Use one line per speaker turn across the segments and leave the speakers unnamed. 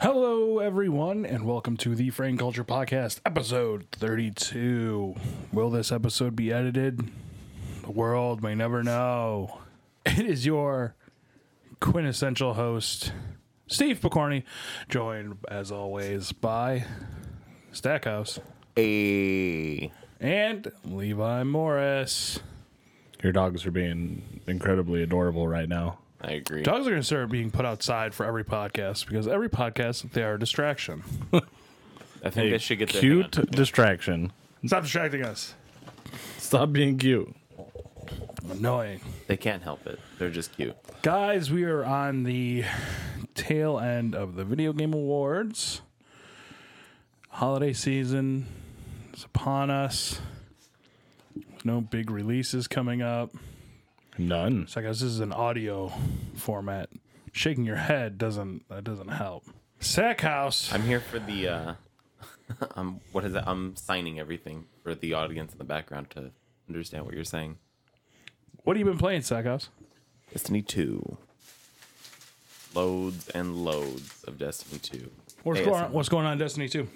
Hello, everyone, and welcome to the Frame Culture Podcast, episode 32. Will this episode be edited? The world may never know. It is your quintessential host, Steve Picorni, joined as always by Stackhouse
A
and Levi Morris.
Your dogs are being incredibly adorable right now.
I agree.
Dogs are going to start being put outside for every podcast because every podcast they are a distraction.
I think they should get the hang
cute distraction.
Stop distracting us.
Stop being cute.
Annoying.
on- They can't help it. They're just cute.
Guys, we are on the tail end of the Video Game Awards. Holiday season is upon us. No big releases coming up.
None.
So I guess this is an audio format. Shaking your head doesn't that doesn't help. Sackhouse.
I'm here for the. uh I'm what is that? I'm signing everything for the audience in the background to understand what you're saying.
What have you been playing, Sackhouse?
Destiny Two. Loads and loads of Destiny Two.
What's
ASMR.
going on, what's going on in Destiny 2?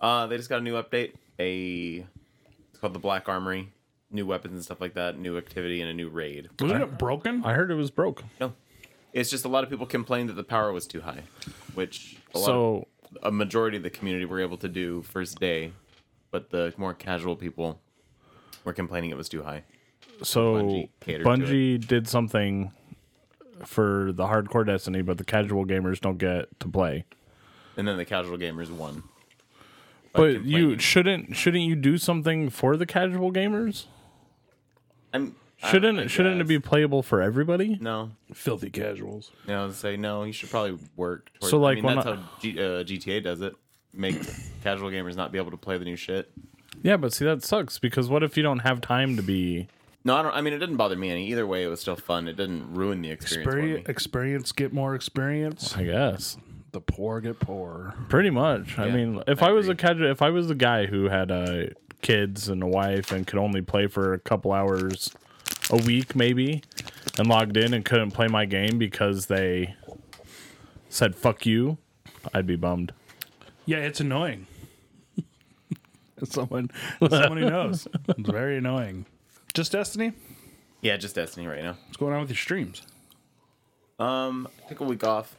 Uh, they just got a new update. A it's called the Black Armory. New weapons and stuff like that. New activity and a new raid.
Wasn't it broken?
I heard it was broke.
No, it's just a lot of people complained that the power was too high, which a lot of
So
a majority of the community were able to do first day, but the more casual people were complaining it was too high.
so
Bungie
Bungie,
catered to
did something for the hardcore Destiny, but the casual gamers don't get to play.
And then the casual gamers won.
But you
complaining.
shouldn't shouldn't you do something for the casual gamers?
I'm I-
Shouldn't
I
it shouldn't it
guess.
be playable for everybody?
No,
Filthy casuals.
no. I'd Say no. You should probably work. Towards,
So,
I
like,
mean,
when
that's
I-
how G, uh, GTA does it. Make casual gamers not be able to play the new shit.
Yeah, but see that sucks because what if you don't have time to be
No, I don't. I mean, it didn't bother me any. Either way, it was still fun. It didn't ruin the experience. for me.
Experience, experience get more experience.
I guess.
The poor get poorer.
Pretty much. I
Yeah,
mean, if
I
I, was a
agree.
casual, if I was the guy who had uh, kids and a wife and could only play for a couple hours a week, maybe, and logged in and couldn't play my game because they said "fuck you," I'd be bummed.
Yeah, it's annoying. As someone, as someone who knows, it's very annoying. Just Destiny.
Yeah, just Destiny right now.
What's going on with your streams?
Took a week off.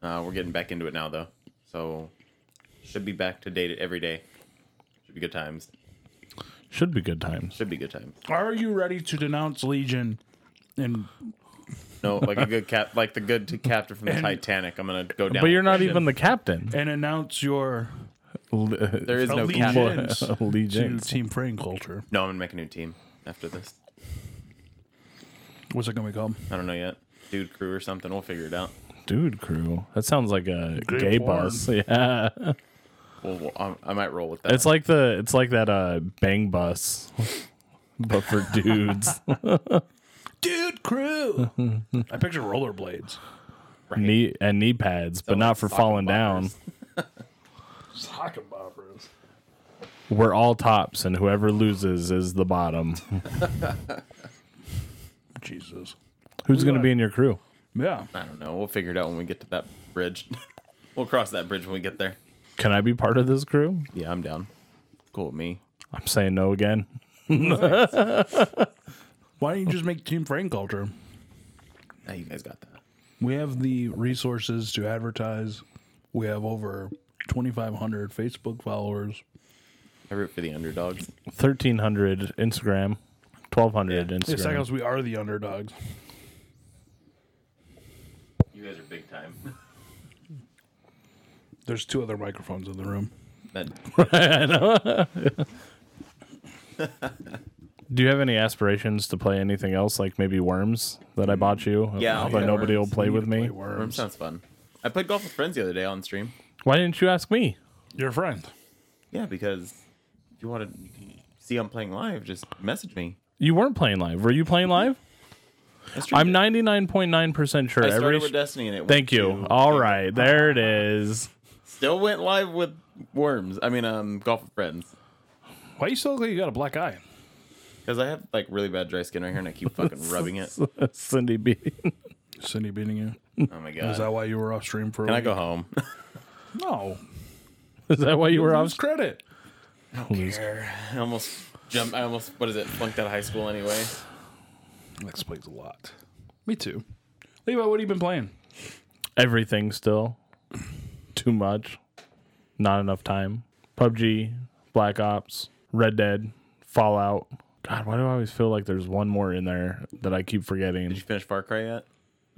Uh, we're getting back into it now, though. So, should be back to date every day. Should be good times.
Should be good times.
Should be good times.
Are you ready to denounce Legion? And
No, like a good cap, like the good t- captain from the Titanic. I'm gonna go down.
But you're not
with
even the captain. uh,
and announce your
it. There is no captain.
allegiance to
Allegiance.
Team Praying Culture.
No, I'm gonna make a new team after this.
What's it gonna be called?
I don't know yet. Dude, crew or something. We'll figure it out.
Dude, crew. That sounds like a
Gay
gay
porn.
bus. Yeah,
We'll, we'll, I I might roll with that.
it's like the it's like that uh bang bus, but for dudes.
Dude Crew. I picture rollerblades.
knee and knee pads, but not for
sock
falling down.
boppers.
Sock boppers.
We're all tops, and whoever loses is the bottom.
Jesus.
Who's going to be in your crew?
Yeah.
I don't know. We'll figure it out when we get to that bridge. we'll cross that bridge when we get there.
Can I be part of this crew?
Yeah, I'm down. Cool with me.
I'm saying no again.
Why don't you just make Team Praying Culture?
Now you guys got that.
We have the resources to advertise. We have over 2,500 Facebook followers.
I root for the underdogs.
Thirteen hundred Instagram, twelve hundred
It's
Instagram.
like us, we are the underdogs.
You guys are big time.
There's two other microphones in the room.
That
Do you have any aspirations to play anything else, like maybe Worms that I bought you?
Yeah, I'll
but
play
nobody
Worms.
will play with me.
Play
room
worms.
sounds fun. I played golf with friends the other day on stream.
Why didn't you ask me?
Your friend.
Yeah, because if you want to see I'm playing live, just message me.
You weren't playing live. Were you playing live?
I streamed
I'm
it.
ninety nine point nine percent sure.
I started
Every
with Destiny and it.
thank
went
you.
to-
All right, there it is.
Still went live with Worms. I mean, um, golf with friends.
Why you still look like you got a black eye?
Because I have like really bad dry skin right here, and I keep fucking rubbing it.
Cindy B.
Cindy beating you?
Oh my
Is
god.
that why you were off stream for? a
Can I
week?
go home?
No,
Is that why you were off?
Lose credit.
I almost jumped. I almost what is it? Flunked out of high school anyway.
That explains a lot. Me too. Levi, what have you been playing?
Everything still. Too much. Not enough time. PUBG, Black Ops, Red Dead, Fallout. God, why do I always feel like there's one more in there that I keep
Did
forgetting?
you finish Far Cry yet?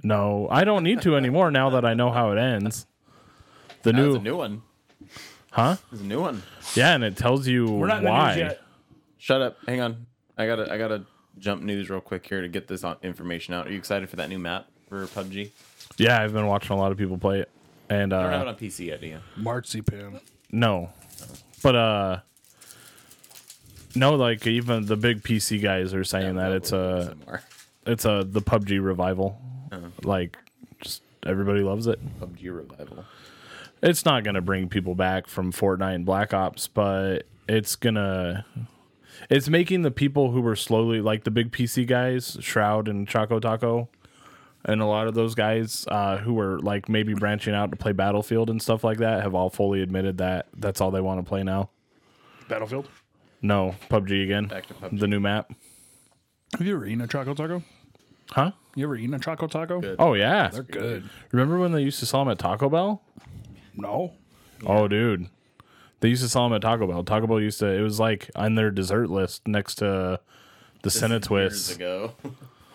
No, I don't need to anymore now that I know how it ends. The
That was
new,
a new one.
huh?
There's a new one.
Yeah, and it tells you
in the news
why.
yet.
Shut up. Hang on. I gotta. I gotta jump news real quick here to get this on- information out. Are you excited for that new map for PUBG?
Yeah, I've been watching a lot of people play it, and
I don't have
uh,
it on PC yet, do you?
Marzipan.
no, but uh, no, like even the big PC guys are saying that it's uh, a
Somewhere.
it's a the PUBG revival. Like, just everybody loves it.
PUBG revival.
It's not gonna bring people back from Fortnite and Black Ops, but it's gonna. It's making the people who were slowly like the big PC guys, Shroud and Choco Taco, and a lot of those guys uh, who were like maybe branching out to play Battlefield and stuff like that have all fully admitted that that's all they want to play now.
Battlefield.
No PUBG again,
Back to PUBG.
the new map,
Have you ever eaten a choco taco?
huh?
You ever eaten a choco taco?
Good.
Oh yeah,
They're good.
remember when they used to sell them at Taco Bell?
No.
Oh, dude. They used to sell them at Taco Bell. Taco Bell used to, it was like on their dessert list next to the Senate
Years
Twist.
ago.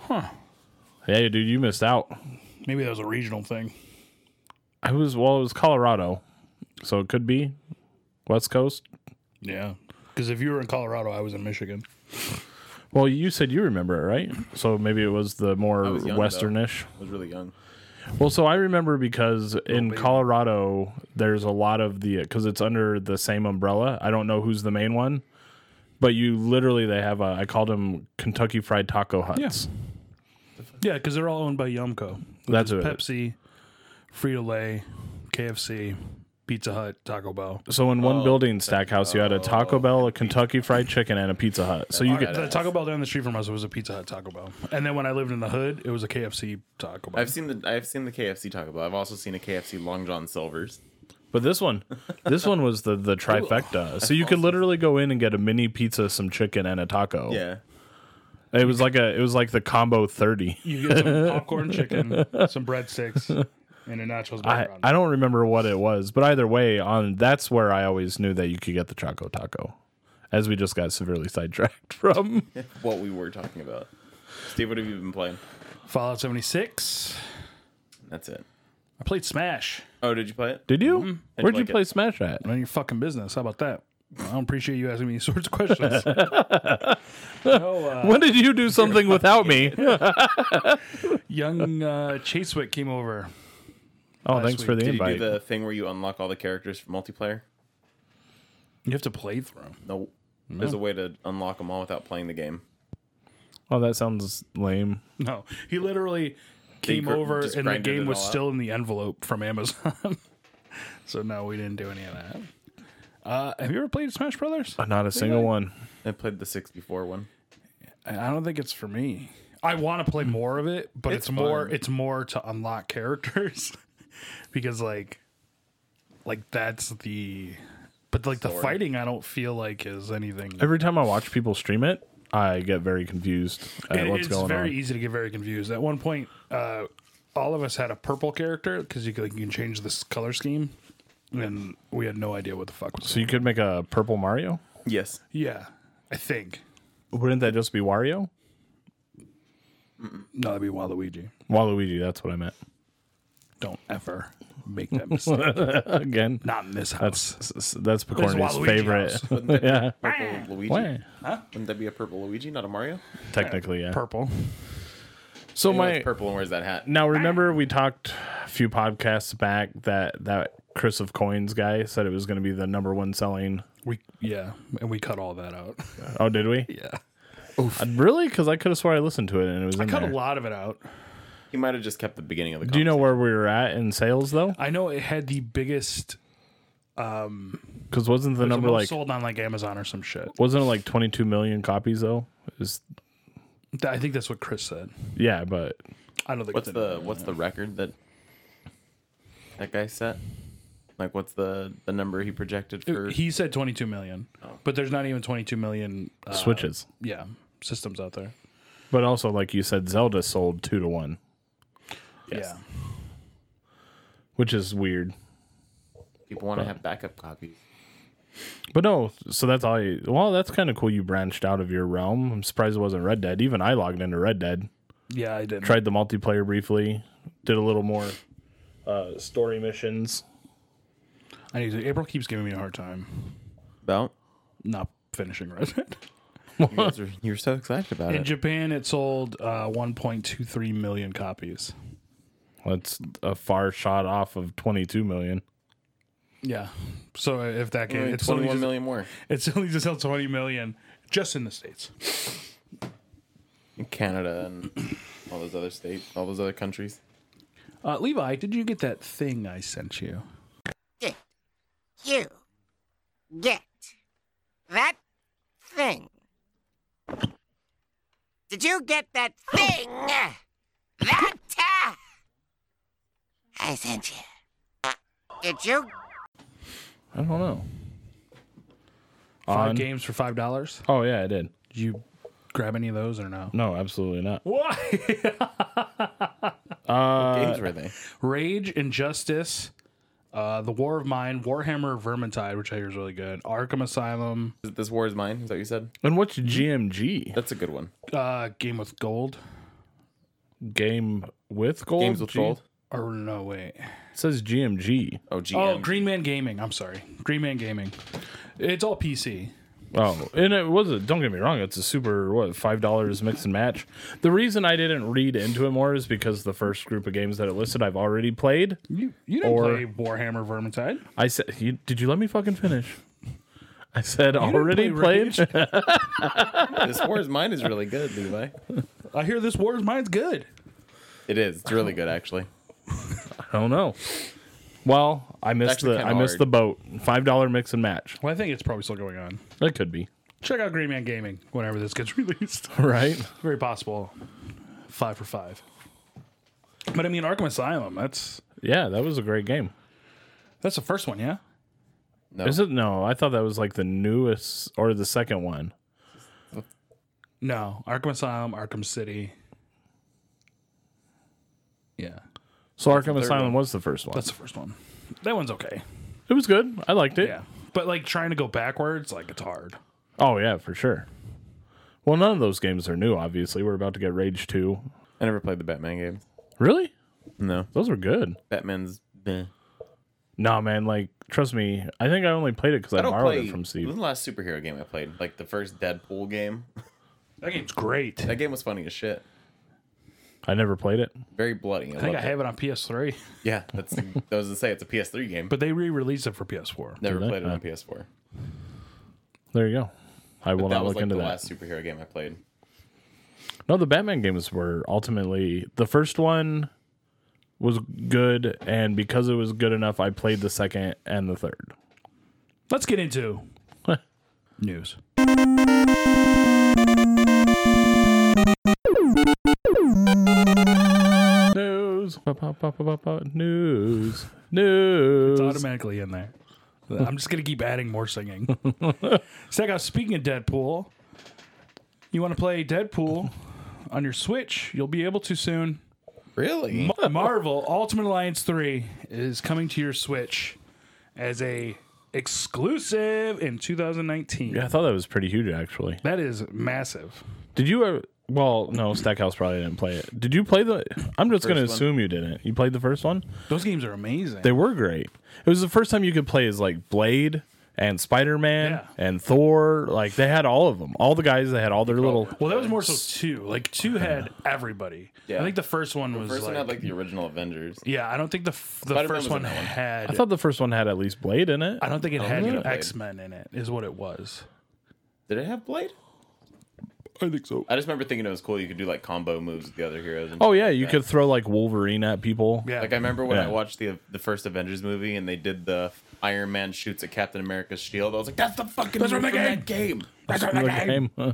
Hey, dude, you missed out.
Maybe that was a regional thing.
I was, well, it was Colorado. So it could be West Coast.
Yeah. Because if you were in Colorado, I was in Michigan.
Well, you said you remember it, right? So maybe it was the more
was young, though.
westernish.
I was really young.
Well, so I remember because in Colorado, there's a lot of the because it's under the same umbrella. I don't know who's the main one, but you literally they have a I called them Kentucky Fried Taco Huts.
Yeah, because they're all owned by Yumco.
That's what it-
Pepsi, Frito Lay, KFC, Pizza Hut, Taco Bell.
So in
Oh,
one building, Stackhouse, you had a Taco Bell, a Kentucky Fried Chicken, and a Pizza Hut. So you
All right,
get
the Taco Bell down the street from us was a Pizza Hut Taco Bell, and then when I lived in the hood, it was a KFC Taco Bell.
I've seen the. I've seen the KFC Taco Bell. I've also seen a KFC Long John Silver's.
but this one, this one was the the trifecta. So you could literally go in and get a mini pizza, some chicken, and a taco.
Yeah.
it was like a it was like the combo thirty.
you get some popcorn chicken, some breadsticks, and a nachos
I,
background.
I don't remember what it was, but either way, on that's where I always knew that you could get the Choco Taco, as we just got severely sidetracked from.
What we were talking about. Steve, what have you been playing?
Fallout seventy six.
That's it.
I played Smash.
Oh, did you play it?
Did you? Where'd you
like it. Uh,
play Smash at?
None of your fucking business. How about that? I don't appreciate you asking me these sorts of questions. no, uh,
When did you do something without me?
young uh, Chasewick came over.
Oh, thanks for
week.
the
Did you do
invite.
the thing where you unlock all the characters for multiplayer?
You have to play through.
No. There's a way to unlock them all without playing the game.
Oh, that sounds lame.
No, he literally
They
came
gr-
over
just
and the
grinded
game
it
was
all out.
still in the envelope from Amazon. so no, we didn't do any of that. Uh, have you ever played Smash Brothers?
Not a single one.
I played the 64 one.
I I don't think it's for me. I want to play more of it, but it's,
Hmm. It's
more
fun.
it's more to unlock characters because like like that's the but like the fighting I don't feel like is anything.
Every time I watch people stream it, I get very confused at
It-
what's
it's
going
very
on.
easy to get very confused. At one point, uh, all of us had a purple character because you, could- like, you can change this color scheme, and we had no idea what the fuck was.
So you could make a purple Mario?
Yes.
Yeah, I think
Wouldn't that just be Wario?
no, that'd be Waluigi.
Waluigi, that's what I meant.
Don't ever make that mistake.
Again,
Not in this house.
that's
There's
that's Picorni's
Waluigi
favorite.
house.
yeah.
Purple Luigi.
Why?
Wouldn't that be a purple Luigi, not a Mario?
Technically, yeah.
Purple.
So
Who wears
my
purple and wears that hat.
now remember we talked a few podcasts back that that Chris of Coins guy said it was going to be the number one selling.
We yeah, and we cut all that out.
Oh, did we?
Yeah,
Uh, Really? Because I could have swore I listened to it and it was in
cut
there.
a lot of it out.
He might have just kept the beginning of the.
Do you know where we were at in sales though?
I know it had the biggest
Because wasn't the
the
number
most
like
sold on like Amazon or some shit.
wasn't it like twenty two million copies though? Is
I think that's what Chris said.
yeah, but
I don't think
What's
it's in-
the what's the record that that guy set? Like, what's the the number he projected for?
He said 22 million, but there's not even 22 million. Uh,
Switches.
yeah, systems out there.
But also, like you said, Zelda sold two to one,
Yeah,
Yes.
which is weird.
People want to have backup copies.
But no, so that's all you. Well, that's kind of cool you branched out of your realm. I'm surprised it wasn't Red Dead. Even I logged into Red Dead,
yeah, I did.
tried the multiplayer briefly, did a little more uh, story missions.
I need to. April keeps giving me a hard time
About
not finishing Resident.
you guys are, you're so excited about
In
it.
Japan, it sold uh, 1.23 million copies.
That's a far shot off of 22 million.
Yeah. So uh, if that game,
Only
it's only,
Twenty-one
just,
million more
it's only just sold 20 million just in the states.
in Canada and all those other states, all those other countries.
Uh, Levi, did you get that thing I sent you?
did you get that thing? Did you get that thing? That uh, I sent you. Did you
I don't know.
Five
On-
games for five dollars.
Oh, yeah, I did.
Did you grab any of those or no?
No, absolutely not.
Why?
What games were they?
Rage, Injustice, uh, The War of Mine, Warhammer Vermintide, which I hear is really good. Arkham Asylum,
Is it This war is mine. Is that what you said?
And what's GMG?
That's a good one.
uh, Game with Gold.
Game with gold?
Games with
Oh, G-
gold.
Or no, wait.
It says GMG.
Oh, GM.
Oh, Green Man Gaming. I'm sorry, Green Man Gaming. It's all PC.
Oh, and it was a, don't get me wrong, it's a super, what, $5 mix and match. The reason I didn't read into it more is because the first group of games that it listed I've already played.
You you didn't
Or-
play Warhammer Vermintide.
I said, you, did you let me fucking finish? I said, already
play
played?
this war is mine is really good, Levi.
I hear this War of Mine's good.
It is. It's really good, actually.
I don't know. Well, I missed
actually
the I
kinda
missed
hard.
the boat. Five dollar mix and match.
Well, I think it's probably still going on.
That could be
Check out Green Man Gaming whenever this gets released.
right.
Very possible. Five for five. But I mean, Arkham Asylum. That's
Yeah, that was a great game.
that's the first one, yeah.
No,
Is it? No, I thought that was like the newest or the second one.
No, Arkham Asylum, Arkham City. Yeah,
So Arkham Asylum was the first one.
that's the first one. That one's okay.
it was good. I liked it.
Yeah, but like trying to go backwards, like it's hard.
Oh yeah, for sure. Well, none of those games are new. Obviously, we're about to get Rage Two.
I never played the Batman games.
Really?
No,
Those were good.
Batman's. meh.
Nah, man. Like, trust me. I think I only played it because I,
I don't
borrowed
play.
it
What
from
was
Steve.
the last superhero game I played? Like the first Deadpool game.
That game's great.
That game was funny as shit.
I never played it.
Very bloody. I,
I think I
loved it.
have it on PS3,
Yeah, that's. I was gonna say it's a PS3 game, but
but they re-released it for PS4.
never
they?
played it
Uh,
on PS4.
There you go. I will
that
not
was
look
like
into
the
that.
last superhero game I played.
No, the Batman games were ultimately the first one was good, and because it was good enough, I played the second and the third.
Let's get into news.
News, Ba, ba, ba, ba, ba, ba. news, news.
It's automatically in there. I'm just gonna keep adding more singing. Second, speaking of Deadpool, you want to play Deadpool on your Switch? You'll be able to soon.
Really?
Ma- Marvel Ultimate Alliance 3 is coming to your Switch as a exclusive in 2019.
yeah, I thought that was pretty huge, actually.
That is massive.
Did you? Uh, well, no, Stackhouse probably didn't play it. Did you play the? I'm just going to
First one.
assume you didn't. You played the first one.
Those games are amazing.
They were great. It was the first time you could play as like Blade and Spider Man
Yeah.
and Thor. Like they had all of them. All the guys. They had all their little.
well, that was more so two. Like two had everybody.
Yeah.
I think the first one was
First
like,
one had like the original Avengers.
yeah. I don't think the f- the
Spider-Man
first
was
one,
in that one. Oh,
had.
I thought the first one had at least Blade in it.
I don't think it
think
had
it had
X Men in it. Is what it was.
Did it have Blade?
I think so.
I just remember thinking it was cool. You could do like combo moves with the other heroes. And
Oh yeah, you could throw like Wolverine at people.
Yeah.
Like I remember when I
Yeah.
watched the the first Avengers movie and they did the Iron Man shoots at Captain America's shield. I was like, that's the fucking
That's
move
from the
from that game.
Like, hey, huh.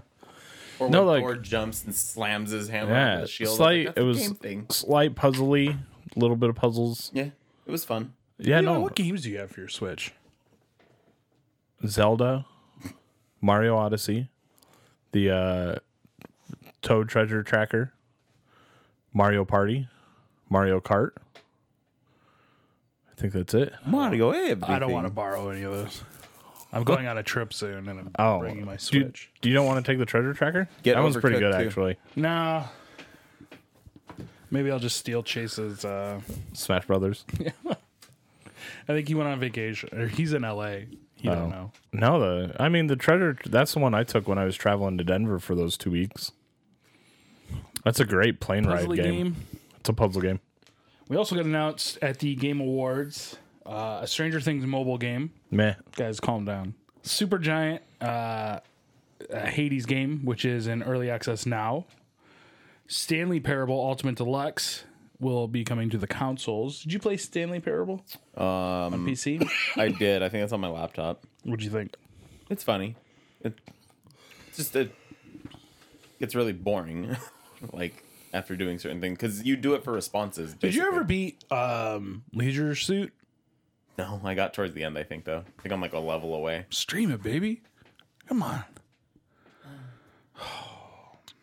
Or
No,
when
like-
Thor jumps and slams his hammer yeah,
Yeah,
the shield. I was like,
slight. it
"That's a
was
game thing.
slight puzzly, little bit of puzzles.
Yeah, it was fun.
Yeah,
You know,
no,
What games do you have for your Switch?
Zelda, Mario Odyssey, the uh, Toad Treasure Tracker, Mario Party, Mario Kart. I think that's it.
Mario,
I don't want to borrow any of those. I'm going on a trip soon, and I'm
Oh,
bringing my
do, you-
Switch.
do you don't want to take the Treasure Tracker?
Get
that one's pretty
Overcooked,
good
too.
actually.
Nah. Maybe I'll just steal Chase's. Uh,
Smash Brothers.
I think he went on vacation, or he's in LA. You
Oh.
don't know.
No, the I mean the treasure. That's the one I took when I was traveling to Denver for those two weeks. That's a great plane
Puzzly
ride game. It's a puzzle game.
We also got announced at the Game Awards uh, a Stranger Things mobile game.
Meh.
Guys, calm down. Super Giant uh, uh, Hades game, which is in early access now. Stanley Parable Ultimate Deluxe will be coming to the consoles. Did you play Stanley Parable on
Um,
PC?
I did. I think that's on my laptop.
What'd you think?
It's funny. It, it's just it gets really boring, like after doing certain things because you do it for responses.
Did you ever
basically.
beat um, Leisure Suit?
No, I got towards the end. I think though. I think I'm like a level away.
Stream it, baby. Come on.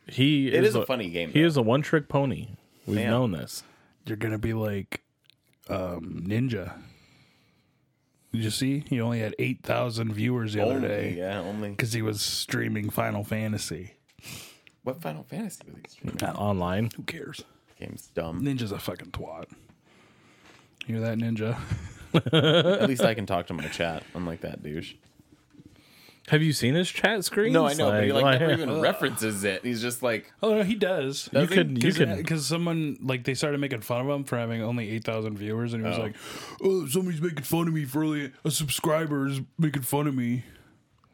He
It is a funny game.
He
though.
is a one trick pony. We've
Man.
known this.
You're going to be like um, Ninja. Did you see? He only had 8,000 viewers the other
only.
day
Yeah, only.
because he was streaming Final Fantasy.
What Final Fantasy was he streaming?
Online,
Who cares?
Game's dumb.
Ninja's a fucking twat. Hear that, Ninja?
At least I can talk to my chat. Unlike that douche.
have you seen his chat screen?
No, I know, but he like never even references it. He's just like,
Oh, no, he does.
you could you could
Because uh, someone, like, they started making fun of him for having only 8,000 viewers, and he was like, oh, somebody's making fun of me for only a subscriber is making fun of me.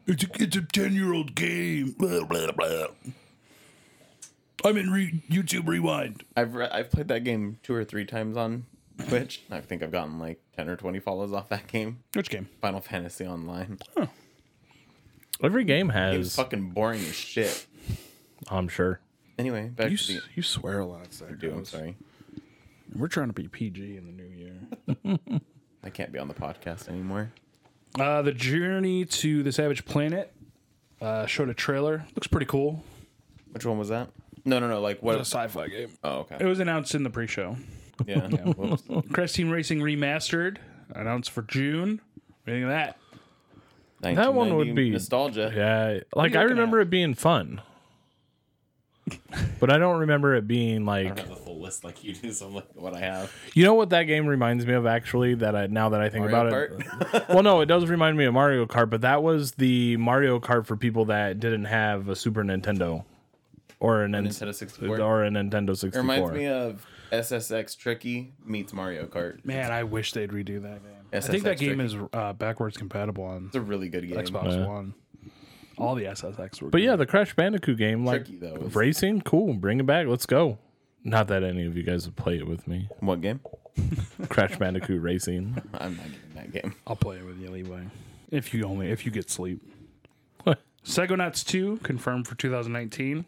It's a, it's a 10 year old game. Blah, blah, blah. I'm in re- YouTube Rewind.
I've re- I've played that game two or three times on Twitch. I think I've gotten like ten or twenty follows off that game.
Which game?
Final Fantasy Online.
every game
It was
has.
fucking boring as shit.
I'm sure.
Anyway, back
You,
to the
s- you swear a lot, sir.
dude. I'm sorry,
We're trying to be PG in the new year.
I can't be on the podcast anymore.
Uh, the Journey to the Savage Planet uh, showed a trailer. Looks pretty cool.
Which one was that? No, no, no. Like
It's a
what?
sci-fi game.
Oh,
It
okay.
was announced in the pre-show.
Yeah. Whoops.
Crest Team Racing Remastered announced for June. What do you think of that?
That one would
1990
be-
nostalgia.
Yeah, like
you
I
looking
remember
at?
it being fun, but I don't remember it being
I
like
don't have the full list like you do, so I'm like, what I have.
You know what that game reminds me of actually that I now that I think
Mario
about it. well, no, it does remind me of Mario Kart, but that was the Mario Kart for people that didn't have a Super Nintendo or an N-
Nintendo 64.
or a Nintendo
It
64.
reminds me of SSX Tricky meets Mario Kart.
Man, I wish they'd redo that game. I
SSX
think that game
tricky.
is uh, backwards compatible on
It's a really good game.
Xbox
Yeah.
One. All the SSX were.
but yeah, the Crash Bandicoot game like
Tricky, though, is-
racing, cool, bring it back, let's go. Not that any of you guys would play it with me.
What game?
Crash Bandicoot Racing.
I'm not getting that game.
I'll play it with you, Levi. If you only if you get sleep. Psychonauts 2 confirmed for 2019.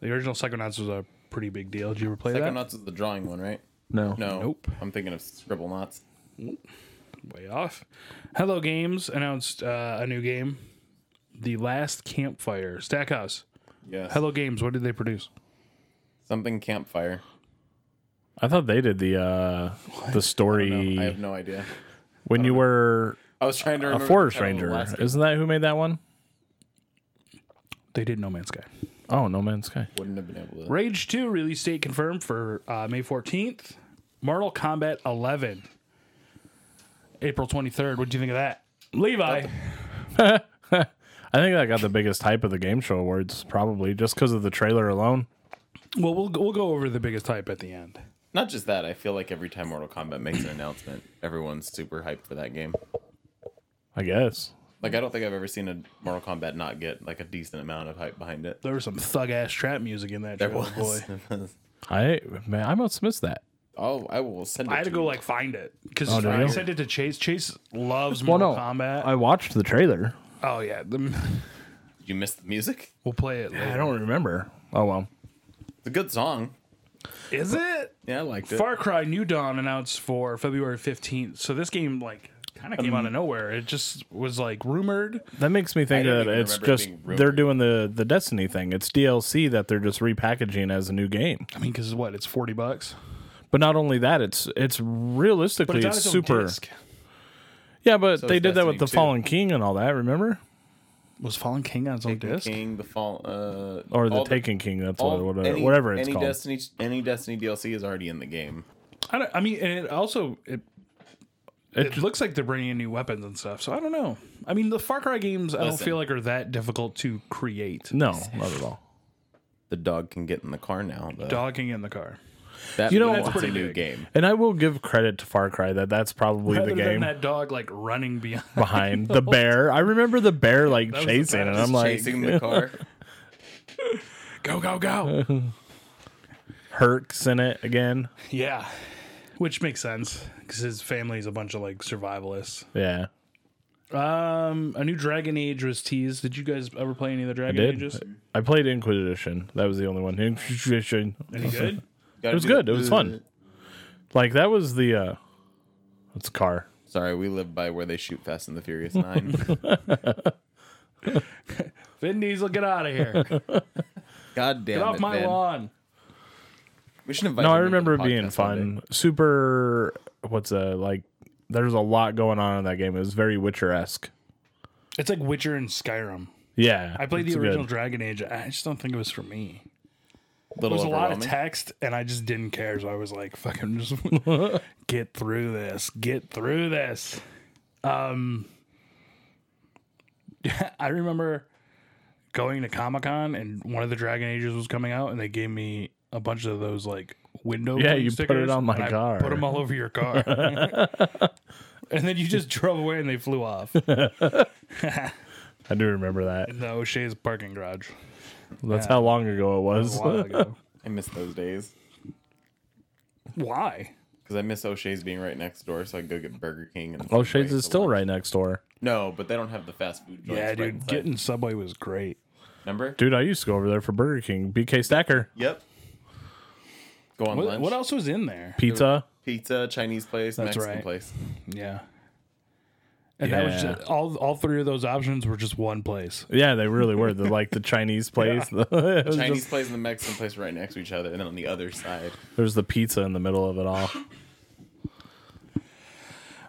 The original Psychonauts was a pretty big deal. Did you ever play that?
Psychonauts is the drawing one, right?
No.
No.
Nope.
I'm thinking of Scribble Knots.
way off. Hello Games announced uh, a new game, The Last Campfire. Stackhouse.
Yes.
Hello Games. What did they produce?
Something campfire.
I thought they did the uh the story
I have no idea.
when you were
I was trying to
a
remember.
forest
the title of the
ranger.
last game.
Isn't that who made that one?
They did No Man's Sky.
Oh, No Man's Sky.
Wouldn't have been able to.
Rage 2 release date confirmed for uh, May 14th. Mortal Kombat 11, April 23rd. What do you think of that? Levi.
I think that got the biggest hype of the game show awards, probably just because of the trailer alone.
Well, we'll we'll go over the biggest hype at the end.
Not just that. I feel like every time Mortal Kombat makes an announcement, everyone's super hyped for that game.
I guess.
Like I don't think I've ever seen a Mortal Kombat not get like a decent amount of hype behind it.
There was some thug ass trap music in that.
There
trailer, boy.
was.
I man, I must miss that.
oh, I will send. It
I had to
you.
go like find it because
Oh, did
I
you?
sent it to Chase. Chase loves Mortal Kombat.
I watched the trailer.
oh yeah, the,
Did you miss the music?
We'll play it.
I
Later.
don't remember. Oh well.
It's a good song.
Is it?
Yeah, I liked it.
Far Cry New Dawn announced for February 15th. So this game like kind of came out of nowhere. It just was like rumored.
That makes me think
don't
that
even
it's
remember it
just
being rumored.
they're doing the the Destiny thing. It's DLC that they're just repackaging as a new game.
I mean, because what? It's 40 bucks.
But not only that, it's it's
But
realistically
it's, on
it's
its own
super.
disc.
Yeah, but they
is
did that with the
Destiny 2.
Fallen King and all that. Remember?
Was Fallen King on its own
the
disc?
King, the fall, uh,
Or the
all
Taken King. That's
all-
what, whatever,
any-
whatever it's
any
called.
Destiny, any Destiny DLC is already in the game.
I, don't, I mean, and it also it, it looks like they're bringing in new weapons and stuff. So I don't know. I mean, the Far Cry games I don't
Listen.
feel like are that difficult to create.
No, not at all.
The dog can get in the car now. though.
Dogging in the car.
that
You know-
means
That's
it's a
pretty
new
big.
game.
And I will give credit to Far Cry that that's probably
Rather
the
than
game
that dog like running behind.
behind the bear. I remember the bear like
was the
chasing, and I'm like
Chasing the car.
go go go.
Herc's in it again.
yeah, which makes sense because his family is a bunch of like survivalists.
Yeah,
Um, a new Dragon Age was teased. Did you guys ever play any of the Dragon
did.
Ages?
I played Inquisition. That was the only one. Inquisition.
Any good?
Gotta
It was
do the-
good. It was fun. Like that was the uh it's a car.
Sorry, we live by where they shoot Fast and the Furious Nine.
Vin Diesel, get out of here. Get
God damn
off
it,
my
man.
lawn.
We should invite.
No, I
him into
remember
the
it being
podcast one day.
fun. Super what's a like there's a lot going on in that game. It was very Witcher esque.
It's like Witcher and Skyrim.
Yeah.
I played
it's
the
good.
original Dragon Age. I just don't think it was for me.
Little
There was a lot of
overwhelming.
text, and I just didn't care. So I was like, "Fucking just get through this, get through this." Um, I remember going to Comic Con, and one of the Dragon Ages was coming out, and they gave me a bunch of those like window.
Yeah,
cling
you put it
stickers,
on my
and I
car.
put them all over your car, and then you just drove away, and they flew off in
I do remember that.
the O'Shea's parking garage.
That's how long ago it
A
was.
while ago.
I miss those days
Why?
because I miss O'Shea's being right next door, so I go get Burger King. And Subway
O'Shea's is
for
Oh, still
lunch.
right next door.
No, but they don't have the fast food. Joints
Yeah,
right
dude,
inside.
getting Subway was great.
remember?
Dude, I used to go over there for Burger King. BK Stacker.
Yep. Go on
What,
lunch.
what else was in there?
Pizza.
Pizza, Chinese place, Mexican
right.
place.
Yeah. And that was
Yeah.
just, all. All three of those options were just one place.
Yeah, they really were. The like the Chinese place. It was
Chinese
just-
place and the Mexican place right next to each other, and then on the other side.
there's the pizza in the middle of it all.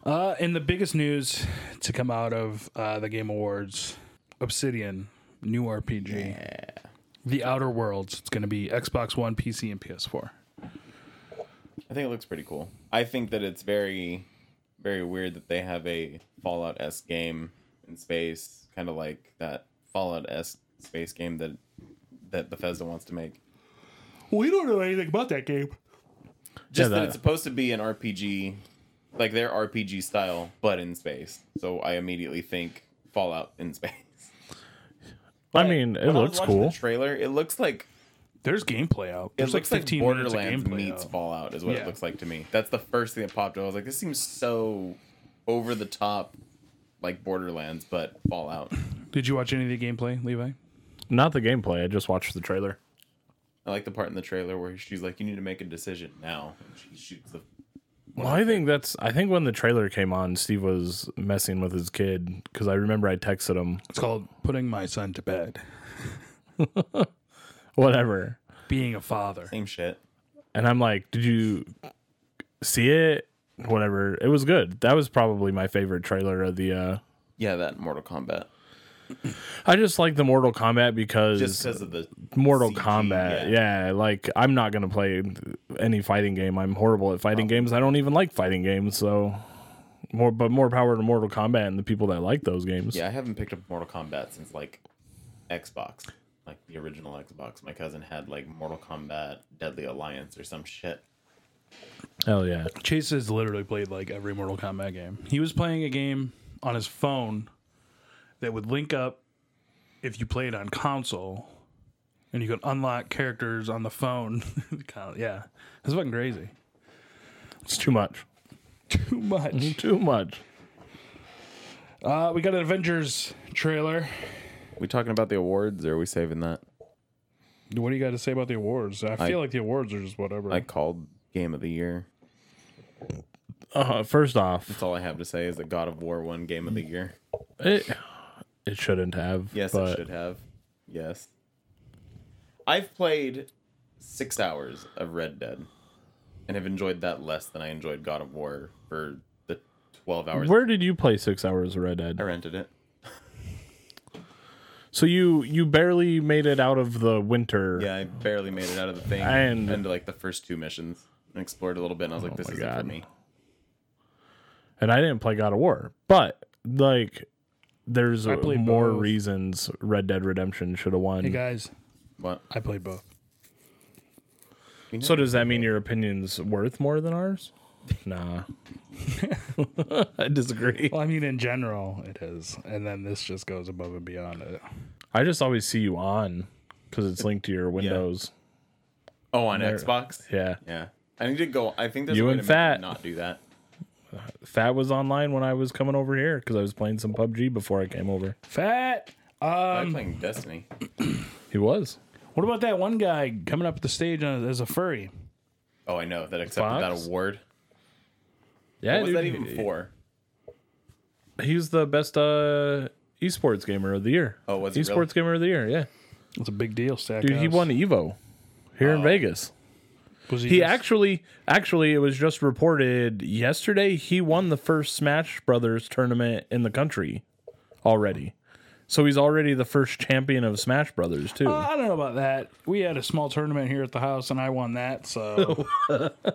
Uh, and the biggest news to come out of uh, the Game Awards: Obsidian new RPG, The Outer Worlds. It's going to be Xbox One, PC, and PS4.
I think it looks pretty cool. I think that it's very, very weird that they have a Fallout s game in space, kind of like that Fallout s space game that that Bethesda wants to make.
We don't know anything about that game.
Just that,
Yeah, that-
it's supposed to be an RPG, like their RPG style, but in space. So I immediately think Fallout in space.
I mean, it
When I was
looks
watching
cool.
The trailer. It looks like
There's gameplay out.
it
There's
looks
like
like,
15 minutes of
Borderlands
gameplay.
meets
out.
Fallout is what
Yeah.
it looks like to me. That's the first thing that popped up. I was like, this seems so over the top, like Borderlands, but Fallout.
Did you watch any of the gameplay, Levi?
Not the gameplay. I just watched the trailer.
I like the part in the trailer where she's like, "You need to make a decision now." And she shoots the.
Well, I think that's. I think when the trailer came on, Steve was messing with his kid because I remember I texted him.
It's called Putting My Son to Bed.
Whatever,
Being a father.
Same shit.
and I'm like, "Did you see it?" Whatever. It was good. That was probably my favorite trailer of the. uh
Yeah, that Mortal Kombat.
I just like the Mortal Kombat
Just
because
because of the
Mortal
CG,
Kombat. Yeah. like I'm not gonna play any fighting game. I'm horrible at fighting games. I don't even like fighting games. So more, but more power to Mortal Kombat and the people that like those games.
Yeah, I haven't picked up Mortal Kombat since like Xbox, like the original Xbox. My cousin had like Mortal Kombat Deadly Alliance or some shit.
Hell yeah.
Chase has literally played like every Mortal Kombat game. He was playing a game on his phone that would link up if you played on console, and you could unlock characters on the phone. Kinda- yeah, it's fucking crazy.
It's too much.
Too much.
Too much.
Uh, we got an Avengers trailer.
We talking about the awards, or are we saving that?
What do you got to say about the awards? I feel like the awards are just whatever.
I called Game of the Year.
Uh, first off,
That's all I have to say is that God of War won Game of the Year.
it it shouldn't have.
Yes,
but
it should have. Yes. I've played six hours of Red Dead and have enjoyed that less than I enjoyed God of War for the 12 hours
Where did you play six hours of Red Dead?
I rented it.
So you you barely made it out of the winter.
Yeah, I barely made it out of the thing
And-
into like the first two missions and explored a little bit and I was like, this
Oh my
isn't for
God.
me.
and I didn't play God of War, but like there's
I played
more
both.
reasons Red Dead Redemption should have won.
hey guys,
What?
I played both.
so does that mean your opinion's worth more than ours? Nah, I disagree.
Well, I mean, in general, it is, and then this just goes above and beyond it.
I just always see you on because it's linked to your Windows.
Oh, on Xbox?
Yeah.
Yeah. I need to go. I think there's
You
a way
and
to make
Fat.
it not do that.
Fat was online when I was coming over here because I was playing some PUBG before I came over.
Fat.
I'm playing Destiny.
He was.
What about that one guy coming up the stage on- as a furry?
Oh, I know that accepted
Fox?
that award.
Yeah,
What was
dude,
that even for?
He's the best uh, esports gamer of the year.
Oh, was he
esports
really?
gamer of the year? Yeah,
It's a big deal, Stackhouse.
dude, he won Evo here
Oh.
in Vegas.
Was
He
just-
actually, actually, it was just reported yesterday. He won the first Smash Brothers tournament in the country already. So he's already the first champion of Smash Brothers too.
Ah.
Uh, I don't know about that. We had a small tournament here at the house, and I won that. So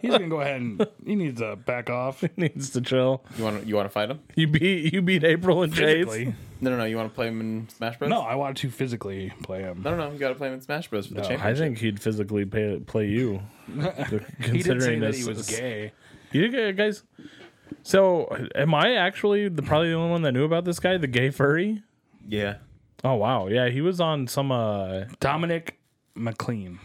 he's gonna go ahead and he needs to back off.
Needs to chill.
You want to you want to fight him?
You beat you beat April and Chase.
Physically.
No, no, no. You want to play him in Smash Bros?
No, I want to physically play him.
No, no, no. You got to play him in Smash Bros for the
No, I
I
championship.
think he'd physically pay, play you. considering
He did say that
this-
he was gay.
You g- guys. So am I actually the probably the only one that knew about this guy, the gay furry?
Yeah.
Oh wow, yeah, he was on some uh
Dominic McLean,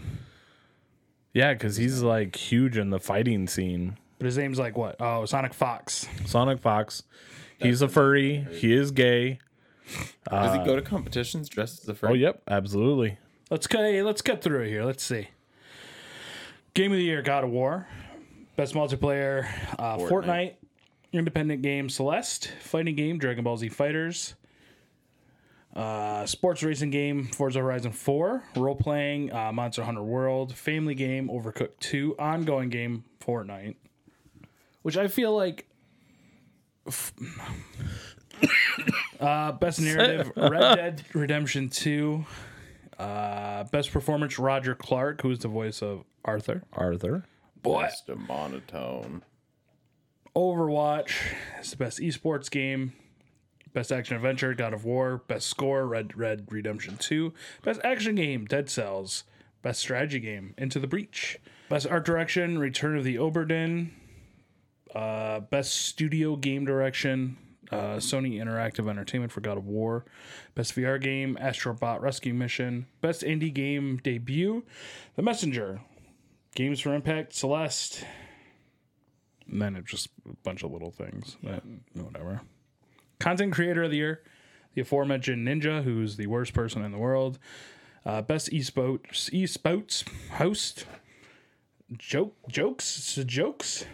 yeah, because he's like huge in the fighting scene.
but his name's like what? Oh, Sonic Fox.
Sonic Fox, he's a furry. He is gay.
Does he go to competitions dressed as a furry?
Uh, Oh yep, absolutely.
Let's cut. Hey, let's cut through it here. Let's see. Game of the year: God of War. Best multiplayer: uh, Fortnite.
Fortnite.
Independent game: Celeste. Fighting game: Dragon Ball Z Fighters. Uh, sports racing game: Forza Horizon 4. Role playing: uh, Monster Hunter World. Family game: Overcooked 2. Ongoing game: Fortnite. Which I feel like. uh, best narrative: Red Dead Redemption 2. Uh, best performance: Roger Clark, who's the voice of Arthur.
Arthur.
Boy,
Just a monotone.
Overwatch is the best esports game. Best action adventure, God of War. Best score, Red Red Redemption 2. Best action game, Dead Cells. Best strategy game, Into the Breach. Best art direction, Return of the Oberdin. Uh, best studio game direction, uh, Sony Interactive Entertainment for God of War. Best VR game, Astrobot Rescue Mission. Best indie game debut, The Messenger. Games for Impact, Celeste. And then it's just a bunch of little things. But whatever. Content creator of the year, the aforementioned ninja, who's the worst person in the world. Uh, best esports esports host. Joke jokes s- jokes.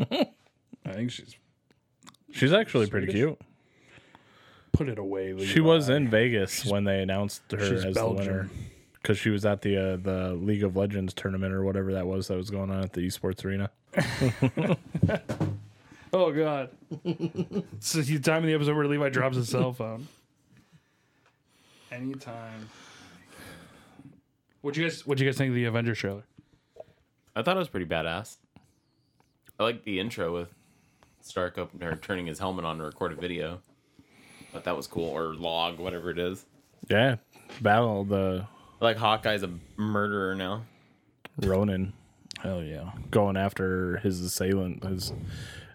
I think she's
She's actually pretty
Swedish?
cute.
put it away. Levi.
She was in Vegas when they announced her
she's
as
Belgian.
the winner because she was at the uh, the League of Legends tournament or whatever that was that was going on at the esports arena.
Oh god. it's the time of the episode where Levi drops his cell phone. Anytime. What you guys? What you guys think of the Avengers trailer?
I thought it was pretty badass. I like the intro with Stark up or turning his helmet on to record a video. Thought that was cool, or log, whatever it is.
Yeah, battle the
I like Hawkeye's a murderer now.
Ronin
Hell yeah.
going after his assailant. His,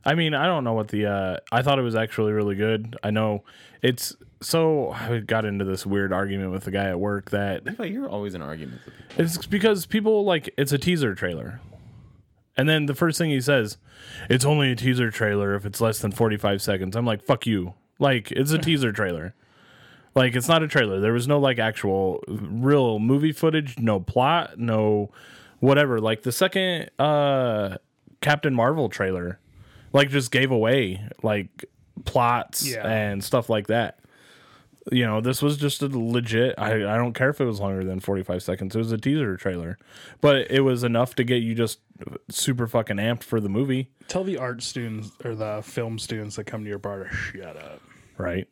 I mean, I don't know what the. Uh, I thought it was actually really good. I know it's so. I got into this weird argument with the guy at work that
Levi, you're always in arguments with people.
It's because people like it's a teaser trailer. And then the first thing he says, it's only a teaser trailer if it's less than 45 seconds. I'm like, fuck you. Like, it's a teaser trailer. Like it's not a trailer. There was no like actual real movie footage, no plot, no whatever. Like the second uh Captain Marvel trailer like just gave away like plots
Yeah.
and stuff like that. You know, this was just a legit I, I don't care if it was longer than 45 seconds. It was a teaser trailer. But it was enough to get you just super fucking amped for the movie,
Tell the art students or the film students that come to your bar to shut up.
right?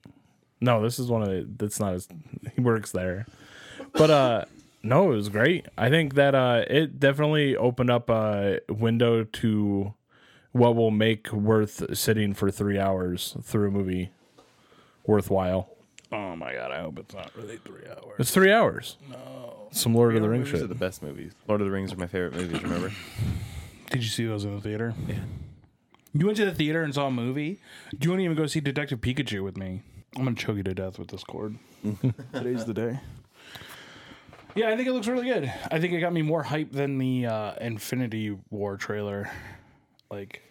No, this is one of the that's not as he works there. But uh no, it was great. I think that uh it definitely opened up a window to what will make worth sitting for 3 hours through a movie worthwhile.
Oh my god, I hope it's not really three hours.
It's 3 hours. Some Lord of the Rings
Movies are
shit.
the best movies. Lord of the Rings are my favorite movies. Remember?
Did you see those in the theater? Yeah. You went to the theater and saw a movie? You wouldn't even go see Detective Pikachu with me. I'm gonna choke you to death with this cord. Today's the day. Yeah, I think it looks really good. I think it got me more hype than the uh, Infinity War trailer. Like,